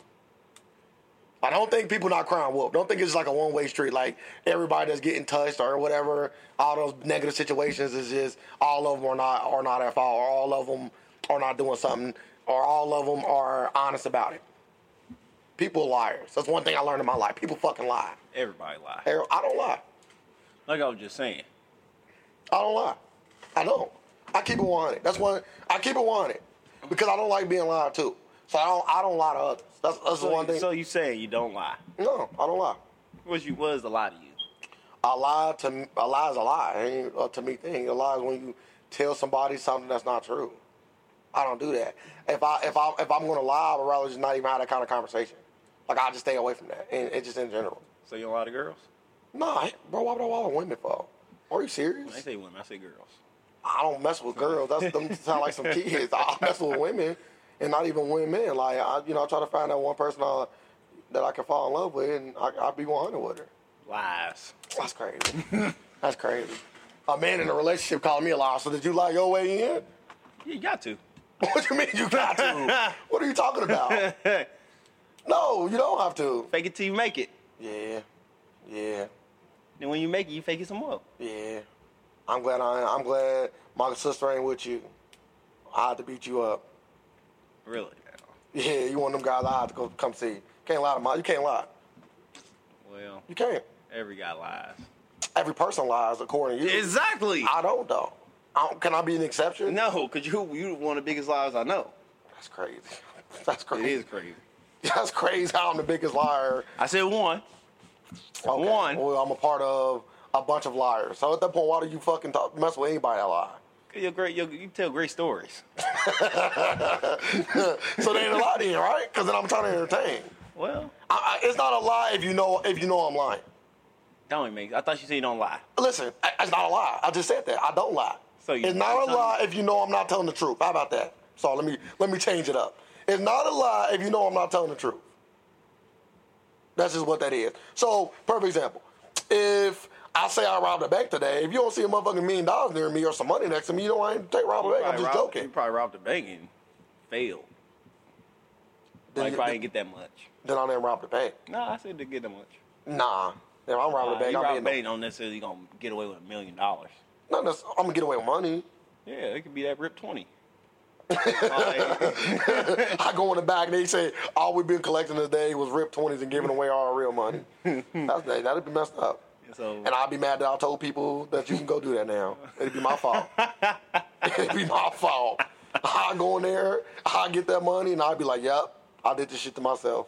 Speaker 2: I don't think people not crying wolf. Don't think it's like a one way street. Like everybody that's getting touched or whatever, all those negative situations is just all of them are not are not at fault, or all of them are not doing something, or all of them are honest about it. People are liars. That's one thing I learned in my life. People fucking lie.
Speaker 1: Everybody lie.
Speaker 2: Errol, I don't lie.
Speaker 1: Like I was just saying.
Speaker 2: I don't lie. I don't. I keep it 100. That's one. I keep it 100 because I don't like being lied to. So I don't. I don't lie to others. That's, that's the
Speaker 1: So,
Speaker 2: one
Speaker 1: you-
Speaker 2: thing.
Speaker 1: so you saying you don't lie?
Speaker 2: no, I don't lie.
Speaker 1: What you was a lie to you?
Speaker 2: a lie to a lie is a lie. It ain't a to me thing. A lie is when you tell somebody something that's not true. I don't do that. If I if I if I'm gonna lie, I would rather just not even have that kind of conversation. Like I just stay away from that, and it just in general.
Speaker 1: So you don't lie to girls?
Speaker 2: Nah, bro, why would I lie to women for? Are you
Speaker 1: I
Speaker 2: serious?
Speaker 1: say women, I say girls.
Speaker 2: I don't mess with girls. That's them sound like some kids. I mess with women, and not even women. Like I, you know, I try to find that one person I, that I can fall in love with, and I, I'll be 100 with her.
Speaker 1: Lies.
Speaker 2: That's crazy. That's crazy. A man in a relationship called me a liar. So did you lie your way in?
Speaker 1: You got to.
Speaker 2: What do you mean you got to? what are you talking about?
Speaker 1: Fake
Speaker 2: No, you don't have to.
Speaker 1: it till you make it.
Speaker 2: Yeah, yeah,
Speaker 1: Then when you make it, you fake it some more.
Speaker 2: yeah. I'm glad I. I'm glad my sister ain't with you. I had to beat you up.
Speaker 1: Really?
Speaker 2: Yeah, you one of them guys I had to go come see. Can't lie to my. You can't lie.
Speaker 1: Well,
Speaker 2: You can't.
Speaker 1: every guy lies.
Speaker 2: Every person lies according to you.
Speaker 1: Exactly.
Speaker 2: I don't though. I don't, can I be an exception?
Speaker 1: No, cause you you one of the biggest liars I know.
Speaker 2: That's crazy. That's
Speaker 1: It
Speaker 2: crazy.
Speaker 1: is crazy.
Speaker 2: That's crazy how I'm the biggest liar.
Speaker 1: I said one.
Speaker 2: Okay.
Speaker 1: One.
Speaker 2: Well, I'm a part of a bunch of liars. So at that point, why do you fucking talk, mess with anybody that lie?
Speaker 1: You're great. You're, you tell great stories.
Speaker 2: so they ain't a lie to you, right? Because then I'm trying to entertain.
Speaker 1: Well,
Speaker 2: I, I, it's not a lie if you know if you know I'm lying.
Speaker 1: that don't make. I thought you said you don't lie.
Speaker 2: Listen, I- it's not a lie. I just said that. I don't lie.
Speaker 1: So you-
Speaker 2: it's not a
Speaker 1: you're
Speaker 2: lie if you know I'm not telling the truth. How about that? So let me let me change it up. It's not a lie if you know I'm not telling the truth. That's just what that is. So, perfect example. If I say I robbed a bank today, if you don't see a motherfucking million dollars near me or some money next to me, you know I ain't take rob a bank. I'm
Speaker 1: probably
Speaker 2: just
Speaker 1: robbed-
Speaker 2: joking.
Speaker 1: You probably robbed the bank and failed.
Speaker 2: Then
Speaker 1: like
Speaker 2: you-
Speaker 1: probably didn't get that much.
Speaker 2: Then I didn't rob the bank.
Speaker 1: No, I said to get that much.
Speaker 2: Nah. If I'm robbing
Speaker 1: Uh,
Speaker 2: a bank,
Speaker 1: you
Speaker 2: I'm
Speaker 1: rob a
Speaker 2: getting no-
Speaker 1: bank, don't necessarily gonna get away with a million dollars.
Speaker 2: not necess- I'm gonna get away with money.
Speaker 1: Yeah, it could be that rip twenty. Like,
Speaker 2: I go in the back and they say all we've been collecting today was rip twenties and giving away all our real money. That's, that'd be messed up.
Speaker 1: so
Speaker 2: And I'd be mad that I told people that you can go do that now. It'd be my fault. It'd be my fault. I go in there, I get that money, and I'd be like, "Yep, I did this shit to myself."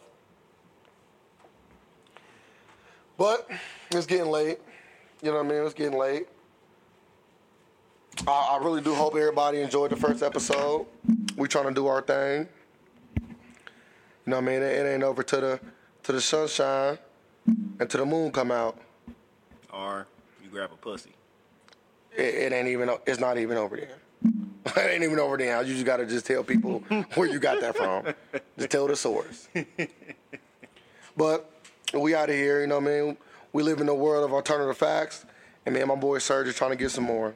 Speaker 2: But it's getting late. You know what I mean? It's getting late. I, I really do hope everybody enjoyed the first episode. We trying to do our thing. You know what I mean? It, it ain't over to the to the sunshine and to the moon come out.
Speaker 1: or you grab a pussy.
Speaker 2: It, it ain't even. o- It's not even over there. It ain't even over there. You just gotta just tell people where you got that from. Just tell the source. But we out of here. You know what I mean? We live in a world of alternative facts, and man, my boy Serge is trying to get some more.